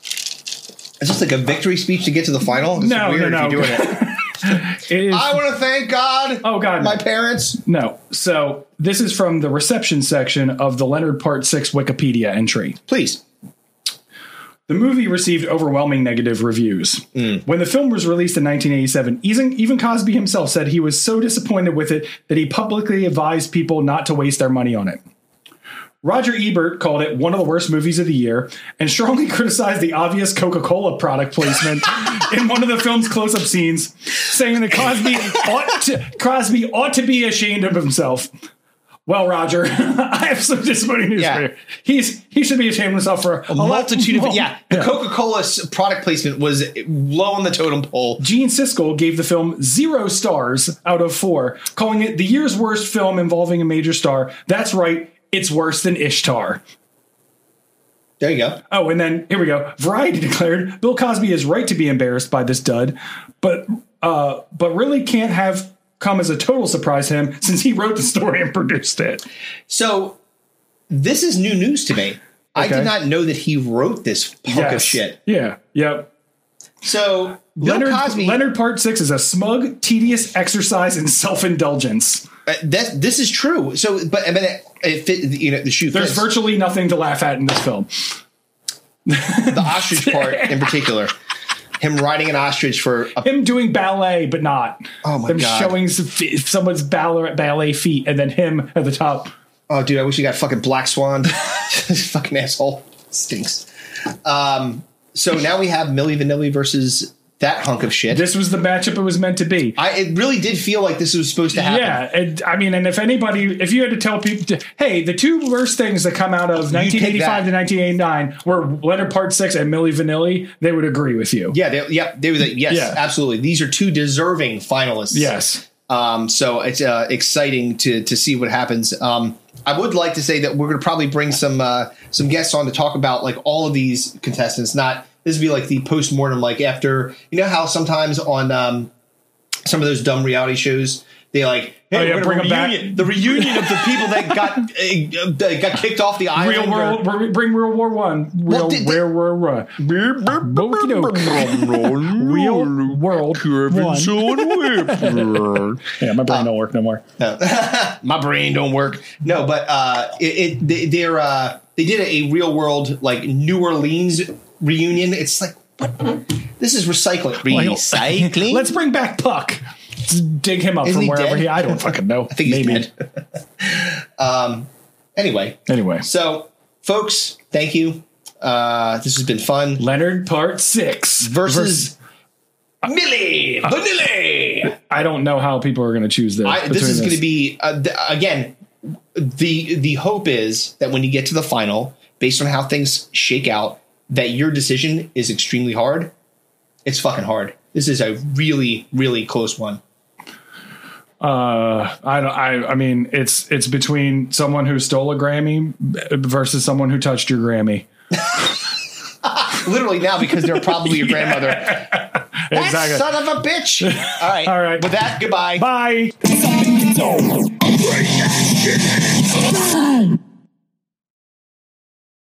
Speaker 1: is this like a victory speech to get to the final? It's
Speaker 2: No,
Speaker 1: weird
Speaker 2: no,
Speaker 1: if
Speaker 2: no.
Speaker 1: you're doing it.
Speaker 2: It is,
Speaker 1: I want to thank God.
Speaker 2: Oh, God,
Speaker 1: my
Speaker 2: no.
Speaker 1: parents.
Speaker 2: no. So this is from the reception section of the Leonard Part Six Wikipedia entry.
Speaker 1: Please.
Speaker 2: The movie received overwhelming negative reviews. When the film was released in 1987, even, even Cosby himself said he was so disappointed with it that he publicly advised people not to waste their money on it. Roger Ebert called it one of the worst movies of the year and strongly criticized the obvious Coca Cola product placement in one of the film's close up scenes, saying that Cosby ought, to, Cosby ought to be ashamed of himself. Well, Roger, I have some disappointing news
Speaker 1: Yeah.
Speaker 2: for you. He's, he should be ashamed of himself for a,
Speaker 1: A multitude of
Speaker 2: lot-
Speaker 1: yeah. The Coca Cola product placement was low on the totem pole.
Speaker 2: Gene Siskel gave the film zero stars out of four, calling it the year's worst film involving a major star. That's right, it's worse than Ishtar.
Speaker 1: There you go.
Speaker 2: Oh, and then here we go. Variety declared Bill Cosby is right to be embarrassed by this dud, but uh, but really can't have come as a total surprise to him since he wrote the story and produced it.
Speaker 1: So this is new news to me. I
Speaker 2: Okay.
Speaker 1: did not know that he wrote this punk of
Speaker 2: Yes.
Speaker 1: shit.
Speaker 2: Yeah. Yep.
Speaker 1: So Bill
Speaker 2: Leonard
Speaker 1: Cosby.
Speaker 2: Leonard Part Six is a smug, tedious exercise in self indulgence.
Speaker 1: uh, that this is true. So, but I mean, it, it fit. You know, the shoe.
Speaker 2: There's
Speaker 1: fits.
Speaker 2: virtually nothing to laugh at in this film.
Speaker 1: the ostrich part in particular. Him riding an ostrich for a,
Speaker 2: him doing ballet, but not.
Speaker 1: Oh my
Speaker 2: them
Speaker 1: God.
Speaker 2: Showing some fe- someone's ballet ballet feet, and then him at the top.
Speaker 1: oh dude, I wish you got fucking black swan. This fucking asshole stinks. Um, so now we have Millie Vanilli versus that hunk of shit.
Speaker 2: This was the matchup it was meant to be.
Speaker 1: I it really did feel like this was supposed to happen.
Speaker 2: Yeah, and, I mean, and if anybody, if you had to tell people, to, hey, the two worst things that come out of
Speaker 1: pick
Speaker 2: 1985 to 1989 were Leonard Part Six and Millie Vanilli, they would agree with you.
Speaker 1: Yeah, they, yeah, they were like, yes,
Speaker 2: Yeah.
Speaker 1: absolutely. These are two deserving finalists.
Speaker 2: Yes.
Speaker 1: Um, so it's uh, exciting to to see what happens. Um, I would like to say that we're going to probably bring some uh, some guests on to talk about like all of these contestants. Not this would be like the post mortem, like after you know how sometimes on um, some of those dumb reality shows they like. Hey,
Speaker 2: yeah,
Speaker 1: we're gonna
Speaker 2: bring 'em back.
Speaker 1: reunion, The reunion of the people that got uh, uh, that got kicked off the island.
Speaker 2: Real
Speaker 1: or-
Speaker 2: World, bring Real War One. Real, uh,
Speaker 1: Well, did they-
Speaker 2: Real War One. Real World One. Yeah, my brain don't work no more.
Speaker 1: my brain don't work. No, but uh, it, it they, they're uh, they did a real world like New Orleans reunion. It's like what? This is recycling. Recycling.
Speaker 2: Let's bring back Puck. Dig him up
Speaker 1: Isn't
Speaker 2: from
Speaker 1: he
Speaker 2: wherever
Speaker 1: dead?
Speaker 2: he. I don't fucking know.
Speaker 1: I think he's dead. um. Anyway,
Speaker 2: Anyway,
Speaker 1: so folks, thank you. Uh, this has been fun.
Speaker 2: Leonard Part Six
Speaker 1: Versus. Millie Vanilli.
Speaker 2: I don't know how people are going to choose this.
Speaker 1: I, this
Speaker 2: between
Speaker 1: is going to be uh, th- again. the The hope is that when you get to the final, based on how things shake out, that your decision is extremely hard. It's fucking hard. This is a really, really close one.
Speaker 2: Uh, I don't. I. I mean, it's it's between someone who stole a Grammy versus someone who touched your Grammy.
Speaker 1: Literally now, because they're probably your grandmother. That
Speaker 2: Exactly.
Speaker 1: son of a bitch. All right.
Speaker 2: All right.
Speaker 1: With that, goodbye.
Speaker 2: Bye.
Speaker 5: Bye.